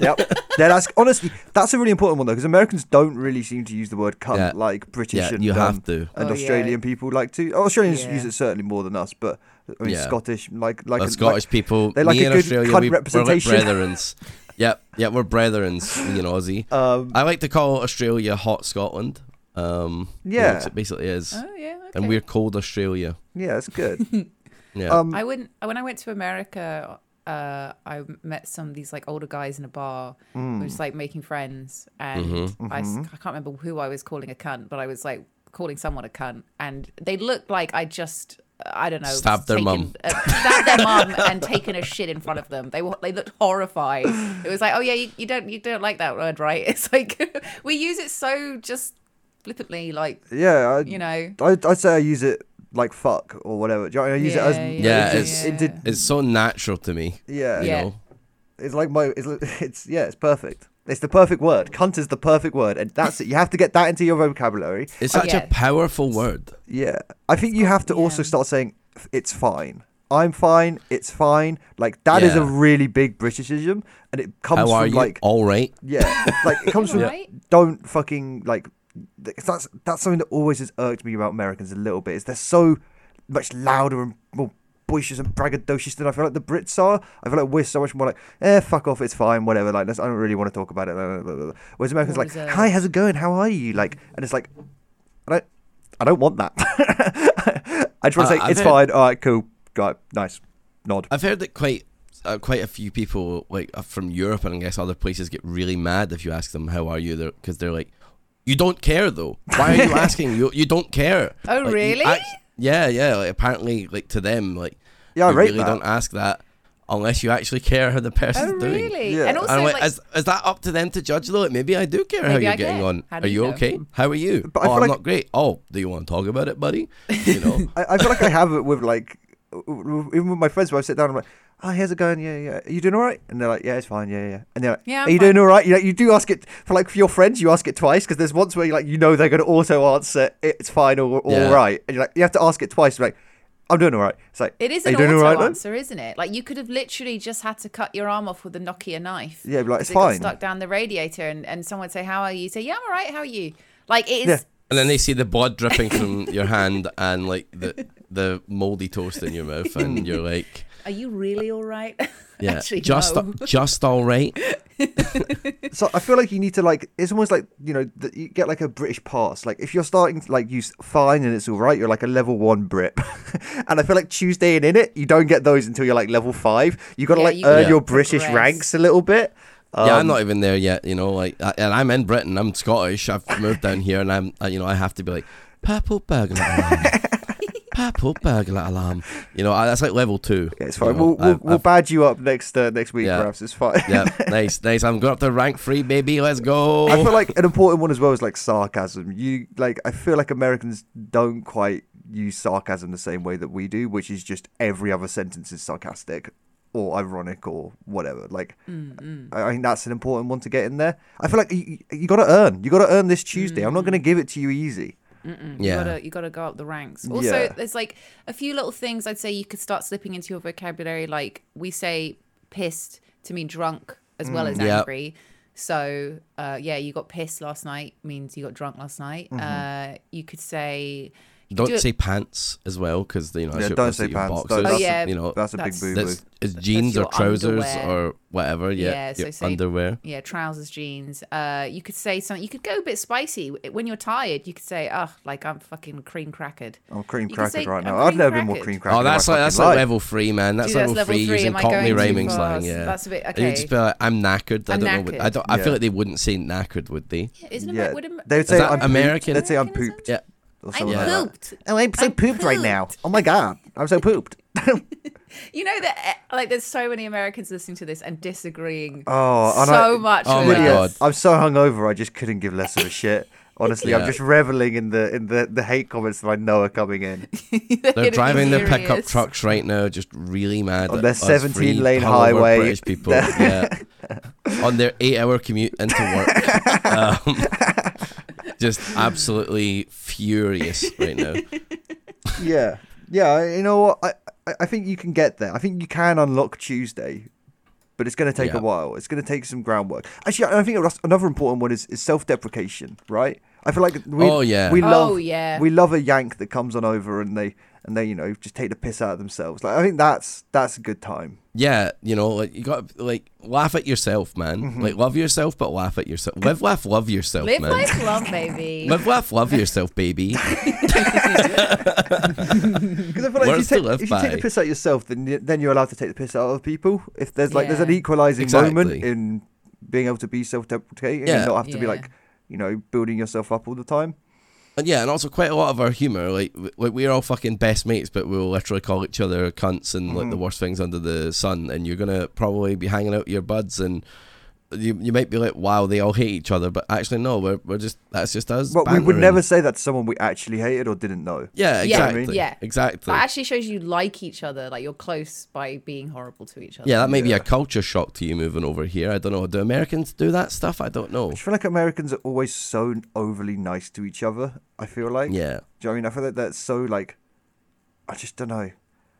[SPEAKER 1] yep. Yeah, that's honestly that's a really important one though, because Americans don't really seem to use the word "cunt"
[SPEAKER 2] Yeah.
[SPEAKER 1] like British
[SPEAKER 2] Yeah,
[SPEAKER 1] and
[SPEAKER 2] you have
[SPEAKER 1] um,
[SPEAKER 2] to.
[SPEAKER 1] and
[SPEAKER 3] Oh, yeah.
[SPEAKER 1] Australian people like to. oh, Australians
[SPEAKER 3] Yeah.
[SPEAKER 1] use it certainly more than us, but I mean
[SPEAKER 2] Yeah.
[SPEAKER 1] Scottish like like
[SPEAKER 2] The
[SPEAKER 1] a-
[SPEAKER 2] Scottish
[SPEAKER 1] like,
[SPEAKER 2] people,
[SPEAKER 1] They like
[SPEAKER 2] me
[SPEAKER 1] a
[SPEAKER 2] and
[SPEAKER 1] good
[SPEAKER 2] Australia,
[SPEAKER 1] cunt
[SPEAKER 2] we, we're like
[SPEAKER 1] representation.
[SPEAKER 2] brethrens. yep, yeah, we're brethrens, you know, Aussie.
[SPEAKER 1] Um,
[SPEAKER 2] I like to call Australia hot Scotland. Um, you know,
[SPEAKER 1] Yeah.
[SPEAKER 2] 'cause it basically is.
[SPEAKER 3] Oh yeah, okay.
[SPEAKER 2] And we're cold Australia.
[SPEAKER 1] Yeah, it's good.
[SPEAKER 2] Yeah.
[SPEAKER 3] I wouldn't. When I went to America uh, I met some of these like older guys in a bar. We
[SPEAKER 2] Mm.
[SPEAKER 3] were just like making friends, and
[SPEAKER 2] Mm-hmm.
[SPEAKER 3] I, s- I can't remember who I was calling a cunt, but I was like calling someone a cunt, and they looked like I just. I don't know.
[SPEAKER 2] Stabbed their
[SPEAKER 3] taken-
[SPEAKER 2] mum.
[SPEAKER 3] Uh, stabbed their mum and taken a shit in front of them. They were, they looked horrified. It was like, oh yeah, you, you don't you don't like that word, right? It's like we use it so just flippantly, like
[SPEAKER 1] Yeah, I,
[SPEAKER 3] you know.
[SPEAKER 1] I, I'd say I use it like fuck or whatever. Do you know, I use it as
[SPEAKER 3] Yeah, yeah,
[SPEAKER 2] Yeah,
[SPEAKER 1] it's,
[SPEAKER 2] it's-
[SPEAKER 1] it did,
[SPEAKER 2] It's so natural to me.
[SPEAKER 1] yeah,
[SPEAKER 2] You
[SPEAKER 3] Yeah.
[SPEAKER 2] know?
[SPEAKER 1] It's like my it's, li- it's yeah, it's perfect. It's the perfect word. Cunt is the perfect word, and that's it. You have to get that into your vocabulary.
[SPEAKER 2] It's such
[SPEAKER 3] yeah.
[SPEAKER 2] a powerful word.
[SPEAKER 1] Yeah, I think you have to also
[SPEAKER 3] yeah.
[SPEAKER 1] start saying "F- it's fine. I'm fine. It's fine. Like that is a
[SPEAKER 2] Yeah.
[SPEAKER 1] really big Britishism, and it comes
[SPEAKER 2] How are
[SPEAKER 1] from
[SPEAKER 2] you?
[SPEAKER 1] like
[SPEAKER 2] All right.
[SPEAKER 1] yeah, like it comes from
[SPEAKER 3] Right?
[SPEAKER 1] don't fucking like. th- That's that's something that always has irked me about Americans a little bit. Is they're so much louder and more boisterous and braggadocious than I feel like the Brits are. I feel like we're so much more like, eh, fuck off, it's fine, whatever. Like, let's, I don't really want to talk about it. blah, blah, blah, blah, blah. Whereas Americans are
[SPEAKER 3] More
[SPEAKER 1] like,
[SPEAKER 3] reserved.
[SPEAKER 1] hi, how's it going? How are you? Like, and it's like, I don't, I don't want that. I just want to
[SPEAKER 2] Uh,
[SPEAKER 1] say
[SPEAKER 2] I've
[SPEAKER 1] it's
[SPEAKER 2] heard-
[SPEAKER 1] fine. All right, cool, got it, nice nod.
[SPEAKER 2] I've heard that quite uh, quite a few people like uh, from Europe and I guess other places get really mad if you ask them how are you there because they're like you don't care though. Why are you asking? You you don't care.
[SPEAKER 3] Oh,
[SPEAKER 2] Like, you
[SPEAKER 3] really?
[SPEAKER 2] yeah, yeah. Like, apparently, like to them, like
[SPEAKER 1] Yeah, I
[SPEAKER 2] you
[SPEAKER 1] rate
[SPEAKER 2] really
[SPEAKER 1] that.
[SPEAKER 2] don't ask that unless you actually care how the person's
[SPEAKER 3] Oh
[SPEAKER 2] doing.
[SPEAKER 3] really?
[SPEAKER 1] Yeah.
[SPEAKER 3] And
[SPEAKER 1] And
[SPEAKER 3] also,
[SPEAKER 2] And I'm like,
[SPEAKER 3] like,
[SPEAKER 2] is, is that up to them to judge though? Like, maybe I do care how
[SPEAKER 3] Maybe
[SPEAKER 2] you're
[SPEAKER 3] I
[SPEAKER 2] getting
[SPEAKER 3] care.
[SPEAKER 2] on.
[SPEAKER 3] How do
[SPEAKER 2] are
[SPEAKER 3] you
[SPEAKER 2] you
[SPEAKER 3] know?
[SPEAKER 2] okay? How are you?
[SPEAKER 1] But I
[SPEAKER 2] oh,
[SPEAKER 1] feel
[SPEAKER 2] I'm
[SPEAKER 1] like-
[SPEAKER 2] not great. Oh, do you want to talk about it, buddy? You know.
[SPEAKER 1] I, I feel like I have it with like w- w- even with my friends where I sit down, I'm like, oh, how's it going? Yeah, yeah. Are you doing all right? And they're like, yeah, it's fine. Yeah, yeah. And they're like,
[SPEAKER 3] Yeah,
[SPEAKER 1] yeah,
[SPEAKER 3] I'm
[SPEAKER 1] are you
[SPEAKER 3] fine."
[SPEAKER 1] doing all right? You know, you do ask it for like for your friends, you ask it twice because there's once where you like you know they're going to auto answer it's fine or all
[SPEAKER 2] Yeah.
[SPEAKER 1] right, and you're like you have to ask it twice. You're like, I'm doing all right. It's like
[SPEAKER 3] It is
[SPEAKER 1] "Are
[SPEAKER 3] an
[SPEAKER 1] you doing
[SPEAKER 3] auto
[SPEAKER 1] all right, then?"
[SPEAKER 3] answer, isn't it? Like you could have literally just had to cut your arm off with a Nokia knife.
[SPEAKER 1] Yeah, be like,
[SPEAKER 3] 'cause
[SPEAKER 1] "It's
[SPEAKER 3] it got
[SPEAKER 1] fine."
[SPEAKER 3] Stuck down the radiator, and, and someone would say, "How are you?" You say, "Yeah, I'm all right. How are you?" Like it is.
[SPEAKER 1] Yeah.
[SPEAKER 2] And then they see the blood dripping from your hand and like the the moldy toast in your mouth, and you're like,
[SPEAKER 3] Are you really all right?
[SPEAKER 2] yeah,
[SPEAKER 3] Actually,
[SPEAKER 2] just
[SPEAKER 3] no.
[SPEAKER 2] just all right.
[SPEAKER 1] so I feel like you need to like it's almost like you know that you get like a British pass. Like if you're starting to like use fine and it's all right, you're like a level one Brit. and I feel like Tuesday and in it, you don't get those until you're like level five. You got to
[SPEAKER 3] Yeah,
[SPEAKER 1] like
[SPEAKER 3] you
[SPEAKER 1] earn
[SPEAKER 2] gotta
[SPEAKER 1] your British
[SPEAKER 3] progress.
[SPEAKER 1] ranks a little bit. Um,
[SPEAKER 2] yeah, I'm not even there yet, you know. Like, I, and I'm in Britain. I'm Scottish. I've moved down here, and I'm, uh, you know, I have to be like purple burglar alarm, purple burglar alarm. You know, I, that's like level two.
[SPEAKER 1] yeah, it's
[SPEAKER 2] you
[SPEAKER 1] fine.
[SPEAKER 2] know.
[SPEAKER 1] we'll
[SPEAKER 2] I-
[SPEAKER 1] we'll, we'll
[SPEAKER 2] I've-
[SPEAKER 1] badge you up next uh, next week,
[SPEAKER 2] Yeah.
[SPEAKER 1] perhaps. It's fine.
[SPEAKER 2] yeah, nice, nice. I'm going up to rank three, baby. Let's go.
[SPEAKER 1] I feel like an important one as well is like sarcasm. You like I feel like Americans don't quite use sarcasm the same way that we do, which is just every other sentence is sarcastic or ironic or whatever. Like I, I think that's an important one to get in there. I feel like you, you got to earn. You got to earn this Tuesday. I'm not going to give it to you easy.
[SPEAKER 2] yeah,
[SPEAKER 3] You gotta you gotta go up the ranks. Also,
[SPEAKER 1] Yeah.
[SPEAKER 3] there's like a few little things I'd say you could start slipping into your vocabulary. Like we say pissed to mean drunk as well
[SPEAKER 1] Mm.
[SPEAKER 3] as
[SPEAKER 2] Yep.
[SPEAKER 3] angry. So uh, yeah, you got pissed last night means you got drunk last night.
[SPEAKER 1] Mm-hmm.
[SPEAKER 3] Uh, you could say you could
[SPEAKER 2] don't
[SPEAKER 3] do it-
[SPEAKER 2] say pants as well, because you know, that's
[SPEAKER 1] Yeah,
[SPEAKER 2] your-
[SPEAKER 1] don't
[SPEAKER 2] that's
[SPEAKER 1] say
[SPEAKER 2] your
[SPEAKER 1] pants.
[SPEAKER 2] Boxers,
[SPEAKER 1] Don't-
[SPEAKER 3] Oh, yeah.
[SPEAKER 2] you know,
[SPEAKER 1] That's a big
[SPEAKER 3] That's-
[SPEAKER 1] boo boo.
[SPEAKER 2] That's it's jeans or
[SPEAKER 3] your
[SPEAKER 2] trousers
[SPEAKER 3] underwear.
[SPEAKER 2] or whatever. Yeah,
[SPEAKER 3] Yeah, so
[SPEAKER 2] your
[SPEAKER 3] say-
[SPEAKER 2] underwear.
[SPEAKER 3] yeah trousers jeans. Uh, you could say something. You could go a bit spicy when you're tired. You could say oh like I'm fucking cream crackered.
[SPEAKER 1] I'm cream
[SPEAKER 3] You can say,
[SPEAKER 1] crackered right
[SPEAKER 3] "I'm
[SPEAKER 1] now. I've
[SPEAKER 3] cream
[SPEAKER 1] never been more
[SPEAKER 3] crackered."
[SPEAKER 1] cream crackered.
[SPEAKER 2] Oh,
[SPEAKER 1] in my
[SPEAKER 2] that's like
[SPEAKER 1] fucking
[SPEAKER 2] that's like
[SPEAKER 1] life.
[SPEAKER 2] level three, man. That's
[SPEAKER 3] Dude, that's
[SPEAKER 2] level
[SPEAKER 3] level
[SPEAKER 2] three
[SPEAKER 3] three.
[SPEAKER 2] using
[SPEAKER 3] Am I
[SPEAKER 2] Cockney
[SPEAKER 3] going too
[SPEAKER 2] rhyming
[SPEAKER 3] far?
[SPEAKER 2] slang. Yeah,
[SPEAKER 3] That's a bit-
[SPEAKER 2] You would
[SPEAKER 3] okay.
[SPEAKER 2] just be like, I'm knackered. I
[SPEAKER 3] I'm
[SPEAKER 2] don't know. What, I
[SPEAKER 3] knackered.
[SPEAKER 2] don't. I
[SPEAKER 1] Yeah.
[SPEAKER 2] feel like they wouldn't say knackered, would they?
[SPEAKER 3] Isn't it?
[SPEAKER 1] Yeah,
[SPEAKER 3] would it-
[SPEAKER 1] they would
[SPEAKER 3] is
[SPEAKER 1] say
[SPEAKER 2] that
[SPEAKER 1] I'm
[SPEAKER 2] American?
[SPEAKER 1] pooped. They'd say I'm
[SPEAKER 3] Americanism?
[SPEAKER 1] pooped.
[SPEAKER 2] Yeah.
[SPEAKER 1] Or
[SPEAKER 3] I'm
[SPEAKER 1] something like that.
[SPEAKER 3] pooped.
[SPEAKER 1] Oh, I'm so
[SPEAKER 3] I'm
[SPEAKER 1] pooped right now. Oh my god, I'm so pooped.
[SPEAKER 3] You know that eh, like there's so many Americans listening to this and disagreeing
[SPEAKER 1] Oh, and
[SPEAKER 3] so
[SPEAKER 1] I-
[SPEAKER 3] much.
[SPEAKER 2] Oh
[SPEAKER 3] with
[SPEAKER 2] my
[SPEAKER 3] us.
[SPEAKER 2] God.
[SPEAKER 1] I'm so hungover, I just couldn't give less of a shit. Honestly, I'm
[SPEAKER 2] Yeah.
[SPEAKER 1] just reveling in the in the, the hate comments that I know are coming in.
[SPEAKER 2] They're
[SPEAKER 3] It is
[SPEAKER 2] driving their pickup
[SPEAKER 3] serious.
[SPEAKER 2] trucks right now, just really mad.
[SPEAKER 1] On
[SPEAKER 2] at
[SPEAKER 1] their
[SPEAKER 2] us
[SPEAKER 1] 17
[SPEAKER 2] free
[SPEAKER 1] lane
[SPEAKER 2] hungover
[SPEAKER 1] highway.
[SPEAKER 2] British people, yeah, on their eight-hour commute into work, um, just absolutely furious right now.
[SPEAKER 1] yeah, yeah. You know what? I, I I think you can get there. I think you can unlock Tuesday, but it's going to take
[SPEAKER 2] Yeah.
[SPEAKER 1] a while. It's going to take some groundwork. Actually, I I think that's another important one is, is self deprecation. Right? I feel like we
[SPEAKER 2] Oh, yeah.
[SPEAKER 1] we
[SPEAKER 2] Oh,
[SPEAKER 1] love
[SPEAKER 3] yeah.
[SPEAKER 1] we love a yank that comes on over and they and they you know just take the piss out of themselves. Like I think that's that's a good time.
[SPEAKER 2] Yeah, you know, like you got like laugh at yourself, man.
[SPEAKER 1] Mm-hmm.
[SPEAKER 2] Like love yourself, but laugh at yourself. Live, laugh, love yourself,
[SPEAKER 3] Live
[SPEAKER 2] man.
[SPEAKER 3] life love, baby.
[SPEAKER 2] Live, laugh, love yourself, baby.
[SPEAKER 1] Because I feel like if you,
[SPEAKER 2] Words to
[SPEAKER 1] take,
[SPEAKER 2] live
[SPEAKER 1] if you take the
[SPEAKER 2] by.
[SPEAKER 1] piss out of yourself, then you, then you're allowed to take the piss out of other people. If there's like there's an
[SPEAKER 3] Yeah.
[SPEAKER 1] equalizing moment
[SPEAKER 2] Exactly.
[SPEAKER 1] in being able to be self-deprecating
[SPEAKER 2] Yeah.
[SPEAKER 1] and not have to be
[SPEAKER 3] Yeah.
[SPEAKER 1] like you know building yourself up all the time.
[SPEAKER 2] And yeah, and also quite a lot of our humor, like w- like we're all fucking best mates, but we'll literally call each other cunts and like
[SPEAKER 1] Mm-hmm.
[SPEAKER 2] the worst things under the sun. And you're gonna probably be hanging out with your buds, and you you might be like, wow, they all hate each other, but actually no, we're we're just that's just us.
[SPEAKER 1] But we would
[SPEAKER 2] bantering.
[SPEAKER 1] never say that to someone we actually hated or didn't know.
[SPEAKER 2] Yeah,
[SPEAKER 3] Yeah,
[SPEAKER 2] exactly.
[SPEAKER 3] yeah.
[SPEAKER 2] exactly.
[SPEAKER 3] That actually shows you like each other, like you're close by being horrible to each other.
[SPEAKER 2] yeah, that may be a culture shock to you moving over here. I don't know. Do Americans do that stuff? I don't know.
[SPEAKER 1] I feel like Americans are always so overly nice to each other. I feel like.
[SPEAKER 2] Yeah.
[SPEAKER 1] Do you know what I mean? I feel like that's so like. I just don't know.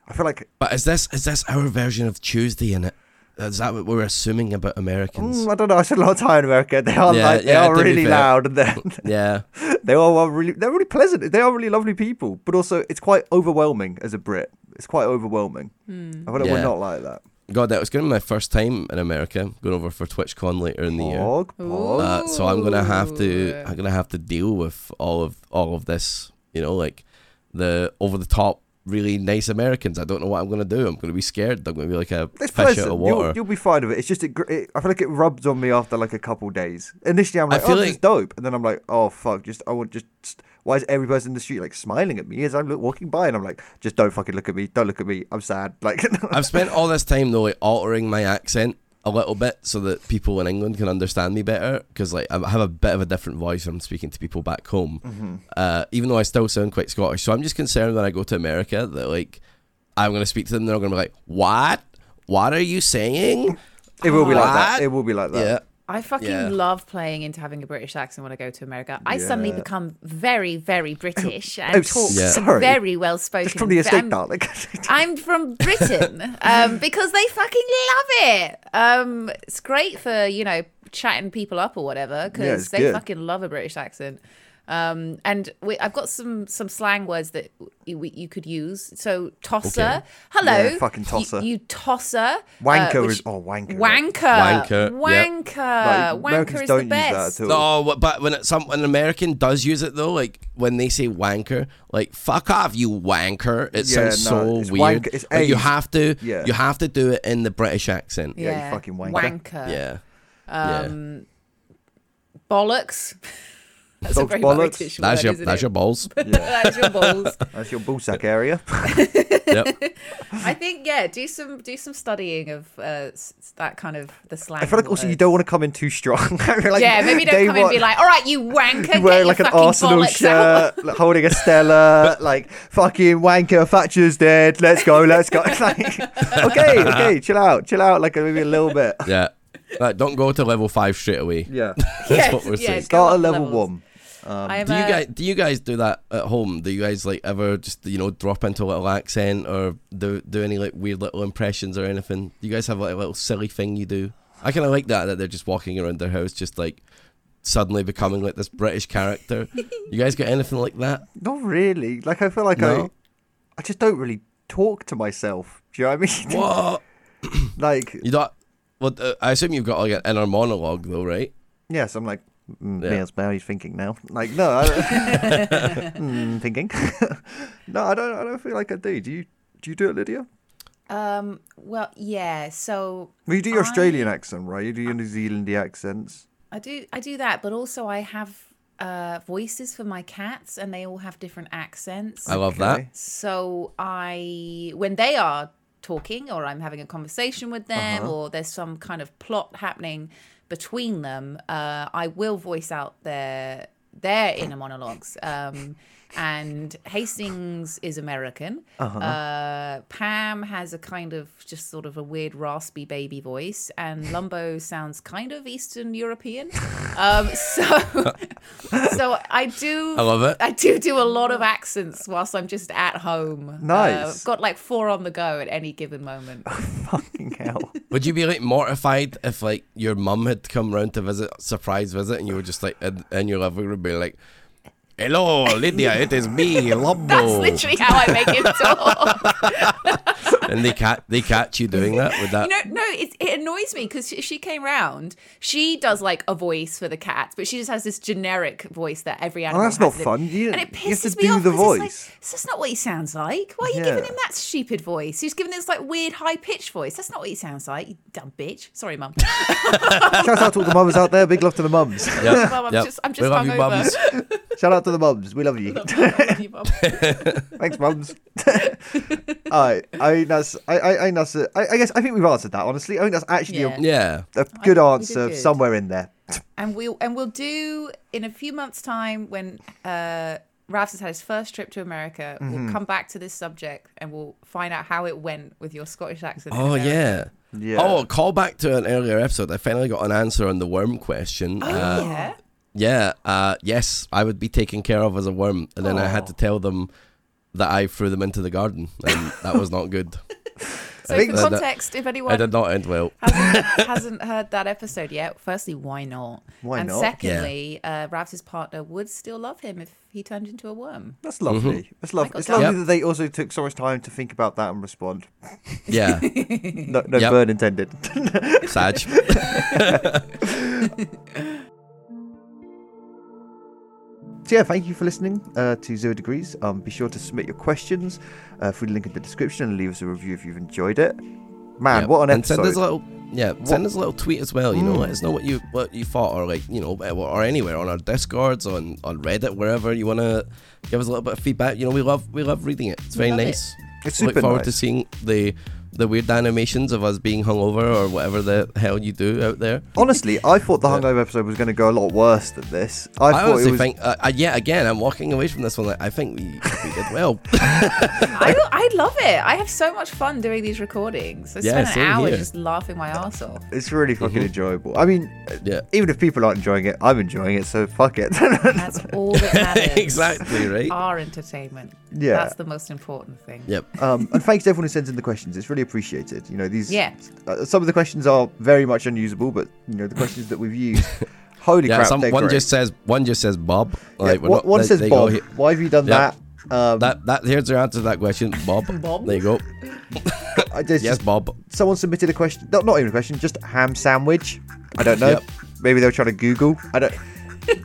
[SPEAKER 1] I feel like
[SPEAKER 2] But is this is this our version of Tuesday in it? Is that what we're assuming about Americans?
[SPEAKER 1] Mm, I don't know. I spent a lot of time in America. They are
[SPEAKER 2] Yeah,
[SPEAKER 1] like they
[SPEAKER 2] yeah,
[SPEAKER 1] are
[SPEAKER 2] to be
[SPEAKER 1] really
[SPEAKER 2] fair.
[SPEAKER 1] loud and they're,
[SPEAKER 2] yeah.
[SPEAKER 1] they are all really they're really pleasant. They are really lovely people, but also it's quite overwhelming as a Brit. It's quite overwhelming.
[SPEAKER 3] Hmm.
[SPEAKER 1] I feel like we're
[SPEAKER 2] Yeah.
[SPEAKER 1] not like that.
[SPEAKER 2] God, that was going to be my first time in America. Going over for TwitchCon later in the year,
[SPEAKER 1] Pog, pog.
[SPEAKER 2] uh, so I'm gonna have to I'm gonna have to deal with all of all of this. You know, like the over the top, really nice Americans. I don't know what I'm gonna do. I'm gonna be scared. I'm gonna be like a
[SPEAKER 1] It's
[SPEAKER 2] fish
[SPEAKER 1] pleasant.
[SPEAKER 2] out of
[SPEAKER 1] You'll,
[SPEAKER 2] water.
[SPEAKER 1] you'll be fine with it. It's just it, gr- it, I feel like it rubs on me after like a couple days. Initially, I'm
[SPEAKER 2] I
[SPEAKER 1] like,
[SPEAKER 2] feel
[SPEAKER 1] oh, this
[SPEAKER 2] like-
[SPEAKER 1] is dope, and then I'm like, oh fuck, just I want just. just- why is every person in the street like smiling at me as I'm look, walking by? And I'm like, just don't fucking look at me. Don't look at me. I'm sad. Like,
[SPEAKER 2] I've spent all this time though, like altering my accent a little bit so that people in England can understand me better. Because like I have a bit of a different voice when I'm speaking to people back home,
[SPEAKER 1] Mm-hmm.
[SPEAKER 2] uh, even though I still sound quite Scottish. So I'm just concerned when I go to America that like I'm gonna speak to them, they're gonna be like, "What? What are you saying?"
[SPEAKER 1] it will be like that.
[SPEAKER 2] What?
[SPEAKER 1] It will be like that.
[SPEAKER 2] Yeah.
[SPEAKER 3] I fucking
[SPEAKER 2] Yeah.
[SPEAKER 3] love playing into having a British accent when I go to America. I suddenly
[SPEAKER 1] Yeah.
[SPEAKER 3] become very, very British and
[SPEAKER 1] Oh,
[SPEAKER 3] talk
[SPEAKER 1] Yeah. sorry.
[SPEAKER 3] very well spoken.
[SPEAKER 1] It's probably a steak
[SPEAKER 3] I'm,
[SPEAKER 1] darling.
[SPEAKER 3] I'm from Britain um, because they fucking love it. Um, it's great for you know chatting people up or whatever
[SPEAKER 1] Yeah,
[SPEAKER 3] because
[SPEAKER 1] it's
[SPEAKER 3] they
[SPEAKER 1] good.
[SPEAKER 3] fucking love a British accent. Um, and we, I've got some some slang words that you, we, you could use. So tosser, hello,
[SPEAKER 1] Yeah, fucking
[SPEAKER 3] You-
[SPEAKER 1] tosser.
[SPEAKER 3] you, tosser, uh,
[SPEAKER 1] Wanker
[SPEAKER 3] which-
[SPEAKER 1] is- oh, wanker, right.
[SPEAKER 3] wanker,
[SPEAKER 2] Wanker, yeah.
[SPEAKER 3] wanker,
[SPEAKER 1] Like,
[SPEAKER 3] wanker is
[SPEAKER 1] don't
[SPEAKER 3] Uh, the best.
[SPEAKER 1] use that at all.
[SPEAKER 2] No, wh- but when it, some when an American does use it though, like when they say wanker, like fuck off, you wanker. It
[SPEAKER 1] Yeah,
[SPEAKER 2] sounds
[SPEAKER 1] no,
[SPEAKER 2] so
[SPEAKER 1] it's
[SPEAKER 2] weird.
[SPEAKER 1] wank- it's
[SPEAKER 2] Like, you
[SPEAKER 1] aged.
[SPEAKER 2] have to,
[SPEAKER 1] Yeah.
[SPEAKER 2] you have to do it in the British accent.
[SPEAKER 1] Yeah, you fucking wanker.
[SPEAKER 3] wanker.
[SPEAKER 2] Yeah.
[SPEAKER 3] Um, bollocks. That's a
[SPEAKER 1] Dog's
[SPEAKER 3] very
[SPEAKER 1] bollocks.
[SPEAKER 3] British
[SPEAKER 2] yeah. That's
[SPEAKER 3] word,
[SPEAKER 2] your
[SPEAKER 3] isn't
[SPEAKER 2] that's
[SPEAKER 3] it?
[SPEAKER 2] your balls.
[SPEAKER 3] that's your balls.
[SPEAKER 1] That's your ballsack area.
[SPEAKER 2] yep.
[SPEAKER 3] I think yeah, do some do some studying of uh, s- s- that kind of the slang.
[SPEAKER 1] I feel like also you
[SPEAKER 3] words.
[SPEAKER 1] don't want to come in too strong. I feel like
[SPEAKER 3] Yeah, maybe don't
[SPEAKER 1] day
[SPEAKER 3] come in and be
[SPEAKER 1] one-
[SPEAKER 3] like, all right, you wanker, get
[SPEAKER 1] wearing
[SPEAKER 3] your
[SPEAKER 1] like an
[SPEAKER 3] fucking
[SPEAKER 1] Arsenal
[SPEAKER 3] bollocks out."
[SPEAKER 1] shirt, like, holding a Stella, like fucking wanker, Thatcher's dead. Let's go, let's go. It's like, okay, okay, chill out, chill out, like maybe a little bit.
[SPEAKER 2] Yeah. Like, don't go to level five straight away.
[SPEAKER 1] Yeah,
[SPEAKER 2] That's
[SPEAKER 3] Yes, Uh,
[SPEAKER 2] what we're
[SPEAKER 3] yeah,
[SPEAKER 2] saying.
[SPEAKER 3] go
[SPEAKER 1] start
[SPEAKER 3] up
[SPEAKER 1] at level
[SPEAKER 3] levels.
[SPEAKER 1] one.
[SPEAKER 3] I am
[SPEAKER 2] Um, Do you
[SPEAKER 3] a-
[SPEAKER 2] guys do you guys do that at home? Do you guys like ever just you know drop into a little accent or do do any like weird little impressions or anything? Do you guys have like a little silly thing you do? I kind of like that that they're just walking around their house just like suddenly becoming like this British character. you guys got anything like that?
[SPEAKER 1] Not really. Like I feel like I,
[SPEAKER 2] No.
[SPEAKER 1] I just don't really talk to myself. Do you know what I mean?
[SPEAKER 2] What
[SPEAKER 1] like
[SPEAKER 2] you don't? Well, uh, I assume you've got like an inner monologue though, right?
[SPEAKER 1] yes, I'm like. Mm,
[SPEAKER 2] Yeah.
[SPEAKER 1] Yes, now he's thinking now. Like no, I, mm, thinking. no, I don't. I don't feel like I do. Do you? Do you do it, Lydia?
[SPEAKER 3] Um. Well, yeah. So
[SPEAKER 1] Well, you do your
[SPEAKER 3] I-
[SPEAKER 1] Australian accent, right? You do your New Zealandy accents.
[SPEAKER 3] I do I do that, but also I have uh, voices for my cats, and they all have different accents.
[SPEAKER 2] I love that.
[SPEAKER 1] Okay.
[SPEAKER 3] So I, when they are talking or I'm having a conversation with them or there's some kind of plot happening between them, uh, I will voice out their their inner monologues. Um, and Hastings is American. uh Pam has a kind of just sort of a weird raspy baby voice, and Lumbo sounds kind of Eastern European. Um, so, so I do.
[SPEAKER 2] I love it.
[SPEAKER 3] I do do a lot of accents whilst I'm just at home.
[SPEAKER 1] Nice.
[SPEAKER 3] I've got like four on the go at any given moment.
[SPEAKER 1] Fucking hell.
[SPEAKER 2] Would you be like mortified if like your mum had come round to visit, surprise visit, and you were just like in, in your living room, being like, Hello, Lydia, it is me, Lobbo.
[SPEAKER 3] That's literally how I make it talk.
[SPEAKER 2] and they cat they catch you doing that with that.
[SPEAKER 3] no, no, it, it annoys me because she, she came round. She does like a voice for the cats, but she just has this generic voice that every animal.
[SPEAKER 1] Oh, that's
[SPEAKER 3] has
[SPEAKER 1] not
[SPEAKER 3] in it.
[SPEAKER 1] fun. You-
[SPEAKER 3] and it
[SPEAKER 1] you have to
[SPEAKER 3] pisses me
[SPEAKER 1] do
[SPEAKER 3] off.
[SPEAKER 1] the
[SPEAKER 3] 'cause it's like,
[SPEAKER 1] voice.
[SPEAKER 3] "So that's not what he sounds like. Why are you
[SPEAKER 1] Yeah.
[SPEAKER 3] giving him that stupid voice? He's giving this like weird high pitched voice. That's not what he sounds like. You dumb bitch. Sorry, mum.
[SPEAKER 1] Shout out to all the mums out there. Big love to the mums.
[SPEAKER 2] Yep,
[SPEAKER 3] Mum, I'm
[SPEAKER 2] yep.
[SPEAKER 3] just- I'm
[SPEAKER 2] we
[SPEAKER 3] just
[SPEAKER 2] love you,
[SPEAKER 3] hungover.
[SPEAKER 2] mums.
[SPEAKER 1] Shout out to the mums. We love you.
[SPEAKER 3] Love you, mum.
[SPEAKER 1] Thanks, mums. all right. I think that's. I, I, I think that's. a- I I guess I think we've answered that honestly. I think that's actually
[SPEAKER 3] Yeah.
[SPEAKER 2] Yeah.
[SPEAKER 1] a, a good
[SPEAKER 3] we did
[SPEAKER 1] answer
[SPEAKER 3] good.
[SPEAKER 1] somewhere in there.
[SPEAKER 3] and we'll and we'll do in a few months' time when uh, Ralph has had his first trip to America.
[SPEAKER 1] Mm-hmm.
[SPEAKER 3] We'll come back to this subject and we'll find out how it went with your Scottish accent. in
[SPEAKER 2] Oh
[SPEAKER 3] America.
[SPEAKER 2] yeah.
[SPEAKER 1] Yeah.
[SPEAKER 2] Oh, call back to an earlier episode. I finally got an answer on the worm question.
[SPEAKER 3] Oh,
[SPEAKER 2] uh,
[SPEAKER 3] yeah.
[SPEAKER 2] Yeah, uh, yes, I would be taken care of as a worm, and then I
[SPEAKER 3] Oh.
[SPEAKER 2] had to tell them that I threw them into the garden, and that was not good.
[SPEAKER 3] So for
[SPEAKER 2] Speaking of that-
[SPEAKER 3] context, if
[SPEAKER 2] I did
[SPEAKER 3] anyone
[SPEAKER 2] not end well.
[SPEAKER 3] hasn't, hasn't heard that episode yet, firstly, why not?
[SPEAKER 1] Why
[SPEAKER 3] and
[SPEAKER 1] not?
[SPEAKER 3] secondly, uh, Ralph's partner would still love him if he turned into a worm.
[SPEAKER 1] That's lovely.
[SPEAKER 2] Mm-hmm.
[SPEAKER 1] That's
[SPEAKER 3] I
[SPEAKER 1] lovely.
[SPEAKER 3] got
[SPEAKER 1] It's lovely
[SPEAKER 2] that.
[SPEAKER 1] that they also took so much time to think about that and respond.
[SPEAKER 2] Yeah,
[SPEAKER 1] No, no
[SPEAKER 2] Yep.
[SPEAKER 1] burn intended.
[SPEAKER 2] Sag.
[SPEAKER 1] So yeah, thank you for listening uh, to Zero Degrees. Um, be sure to submit your questions uh, through the link in the description and leave us a review if you've enjoyed it. Man,
[SPEAKER 2] Yep.
[SPEAKER 1] what an
[SPEAKER 2] and
[SPEAKER 1] episode!
[SPEAKER 2] Send us a little, yeah, send us a little tweet as well. You
[SPEAKER 1] Hmm.
[SPEAKER 2] know, let us know what you what you thought, or like you know, or anywhere on our discords, on on Reddit, wherever you want to give us a little bit of feedback. You know, we love we love reading it. It's very
[SPEAKER 3] love it.
[SPEAKER 2] nice.
[SPEAKER 1] It's
[SPEAKER 2] Look
[SPEAKER 1] super
[SPEAKER 2] forward to
[SPEAKER 1] nice.
[SPEAKER 2] seeing the the weird animations of us being hungover or whatever the hell you do out there.
[SPEAKER 1] Honestly, I thought the hungover episode was going to go a lot worse than this. I,
[SPEAKER 2] I
[SPEAKER 1] thought it
[SPEAKER 2] honestly
[SPEAKER 1] was.
[SPEAKER 2] think, uh, uh, yeah, again, I'm walking away from this one. Like, I think we, we did well.
[SPEAKER 3] I, I love it. I have so much fun doing these recordings. I
[SPEAKER 2] Yeah,
[SPEAKER 3] spent an
[SPEAKER 2] same
[SPEAKER 3] hour
[SPEAKER 2] here.
[SPEAKER 3] just laughing my ass off.
[SPEAKER 1] It's really fucking enjoyable. I mean,
[SPEAKER 2] Mm-hmm. Yeah.
[SPEAKER 1] even if people aren't enjoying it, I'm enjoying it, so fuck it.
[SPEAKER 3] That's all that matters.
[SPEAKER 2] exactly, right?
[SPEAKER 3] Our entertainment.
[SPEAKER 1] Yeah.
[SPEAKER 3] That's the most important thing.
[SPEAKER 2] Yep.
[SPEAKER 1] um, and thanks to everyone who sends in the questions. It's really appreciated. You know, these.
[SPEAKER 3] Yeah.
[SPEAKER 1] Uh, some of the questions are very much unusable, but you know the questions that we've used. Holy
[SPEAKER 2] Yeah,
[SPEAKER 1] crap!
[SPEAKER 2] some,
[SPEAKER 1] they're
[SPEAKER 2] one
[SPEAKER 1] great.
[SPEAKER 2] just says one just says Bob.
[SPEAKER 1] Yeah,
[SPEAKER 2] Like, we're
[SPEAKER 1] one-
[SPEAKER 2] not-
[SPEAKER 1] one
[SPEAKER 2] they-
[SPEAKER 1] says
[SPEAKER 2] they go
[SPEAKER 1] Bob.
[SPEAKER 2] here-
[SPEAKER 1] Why have you done
[SPEAKER 2] Yep.
[SPEAKER 1] that? Um,
[SPEAKER 2] That that here's your answer to that question, Bob.
[SPEAKER 3] Bob?
[SPEAKER 2] There you go.
[SPEAKER 1] I just,
[SPEAKER 2] Yes, Bob.
[SPEAKER 1] someone submitted a question. Not, not even a question. Just ham sandwich. I don't know.
[SPEAKER 2] Yep.
[SPEAKER 1] Maybe they were trying to Google. I don't.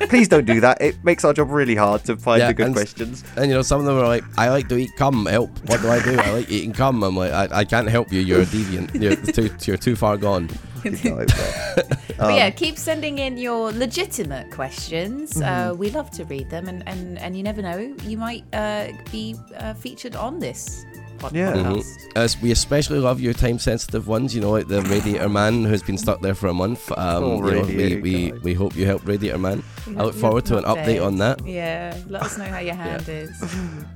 [SPEAKER 1] Please don't do that. It makes our job really hard to find the good
[SPEAKER 2] and, s-
[SPEAKER 1] questions.
[SPEAKER 2] And you know, some of them are like, I like to eat cum. Help. What do I do? I like eating cum. I'm like, I, I can't help you. You're a deviant. You're too you're too far gone.
[SPEAKER 1] You know, but-
[SPEAKER 3] But
[SPEAKER 1] Um,
[SPEAKER 3] yeah, keep sending in your legitimate questions.
[SPEAKER 1] Mm-hmm.
[SPEAKER 3] Uh, we love to read them, and, and, and you never know, you might uh, be uh, featured on this pod-
[SPEAKER 1] Yeah. Mhm.
[SPEAKER 3] podcast.
[SPEAKER 2] As we especially love your time sensitive ones, you know, like the Radiator Man who's been stuck there for a month. Um,
[SPEAKER 1] Oh,
[SPEAKER 2] you know, we,
[SPEAKER 1] Radiator
[SPEAKER 2] we,
[SPEAKER 1] Guy.
[SPEAKER 2] we hope you helped Radiator Man. I look forward to an update on that.
[SPEAKER 3] Yeah, let us know how your hand is.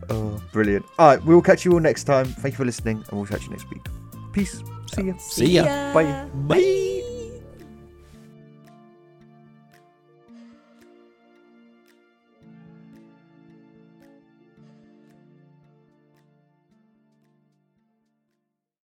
[SPEAKER 1] oh, brilliant. All right, we will catch you all next time. Thank you for listening, and we'll catch you next week. Peace. See ya.
[SPEAKER 2] See ya.
[SPEAKER 1] Bye.
[SPEAKER 2] Bye.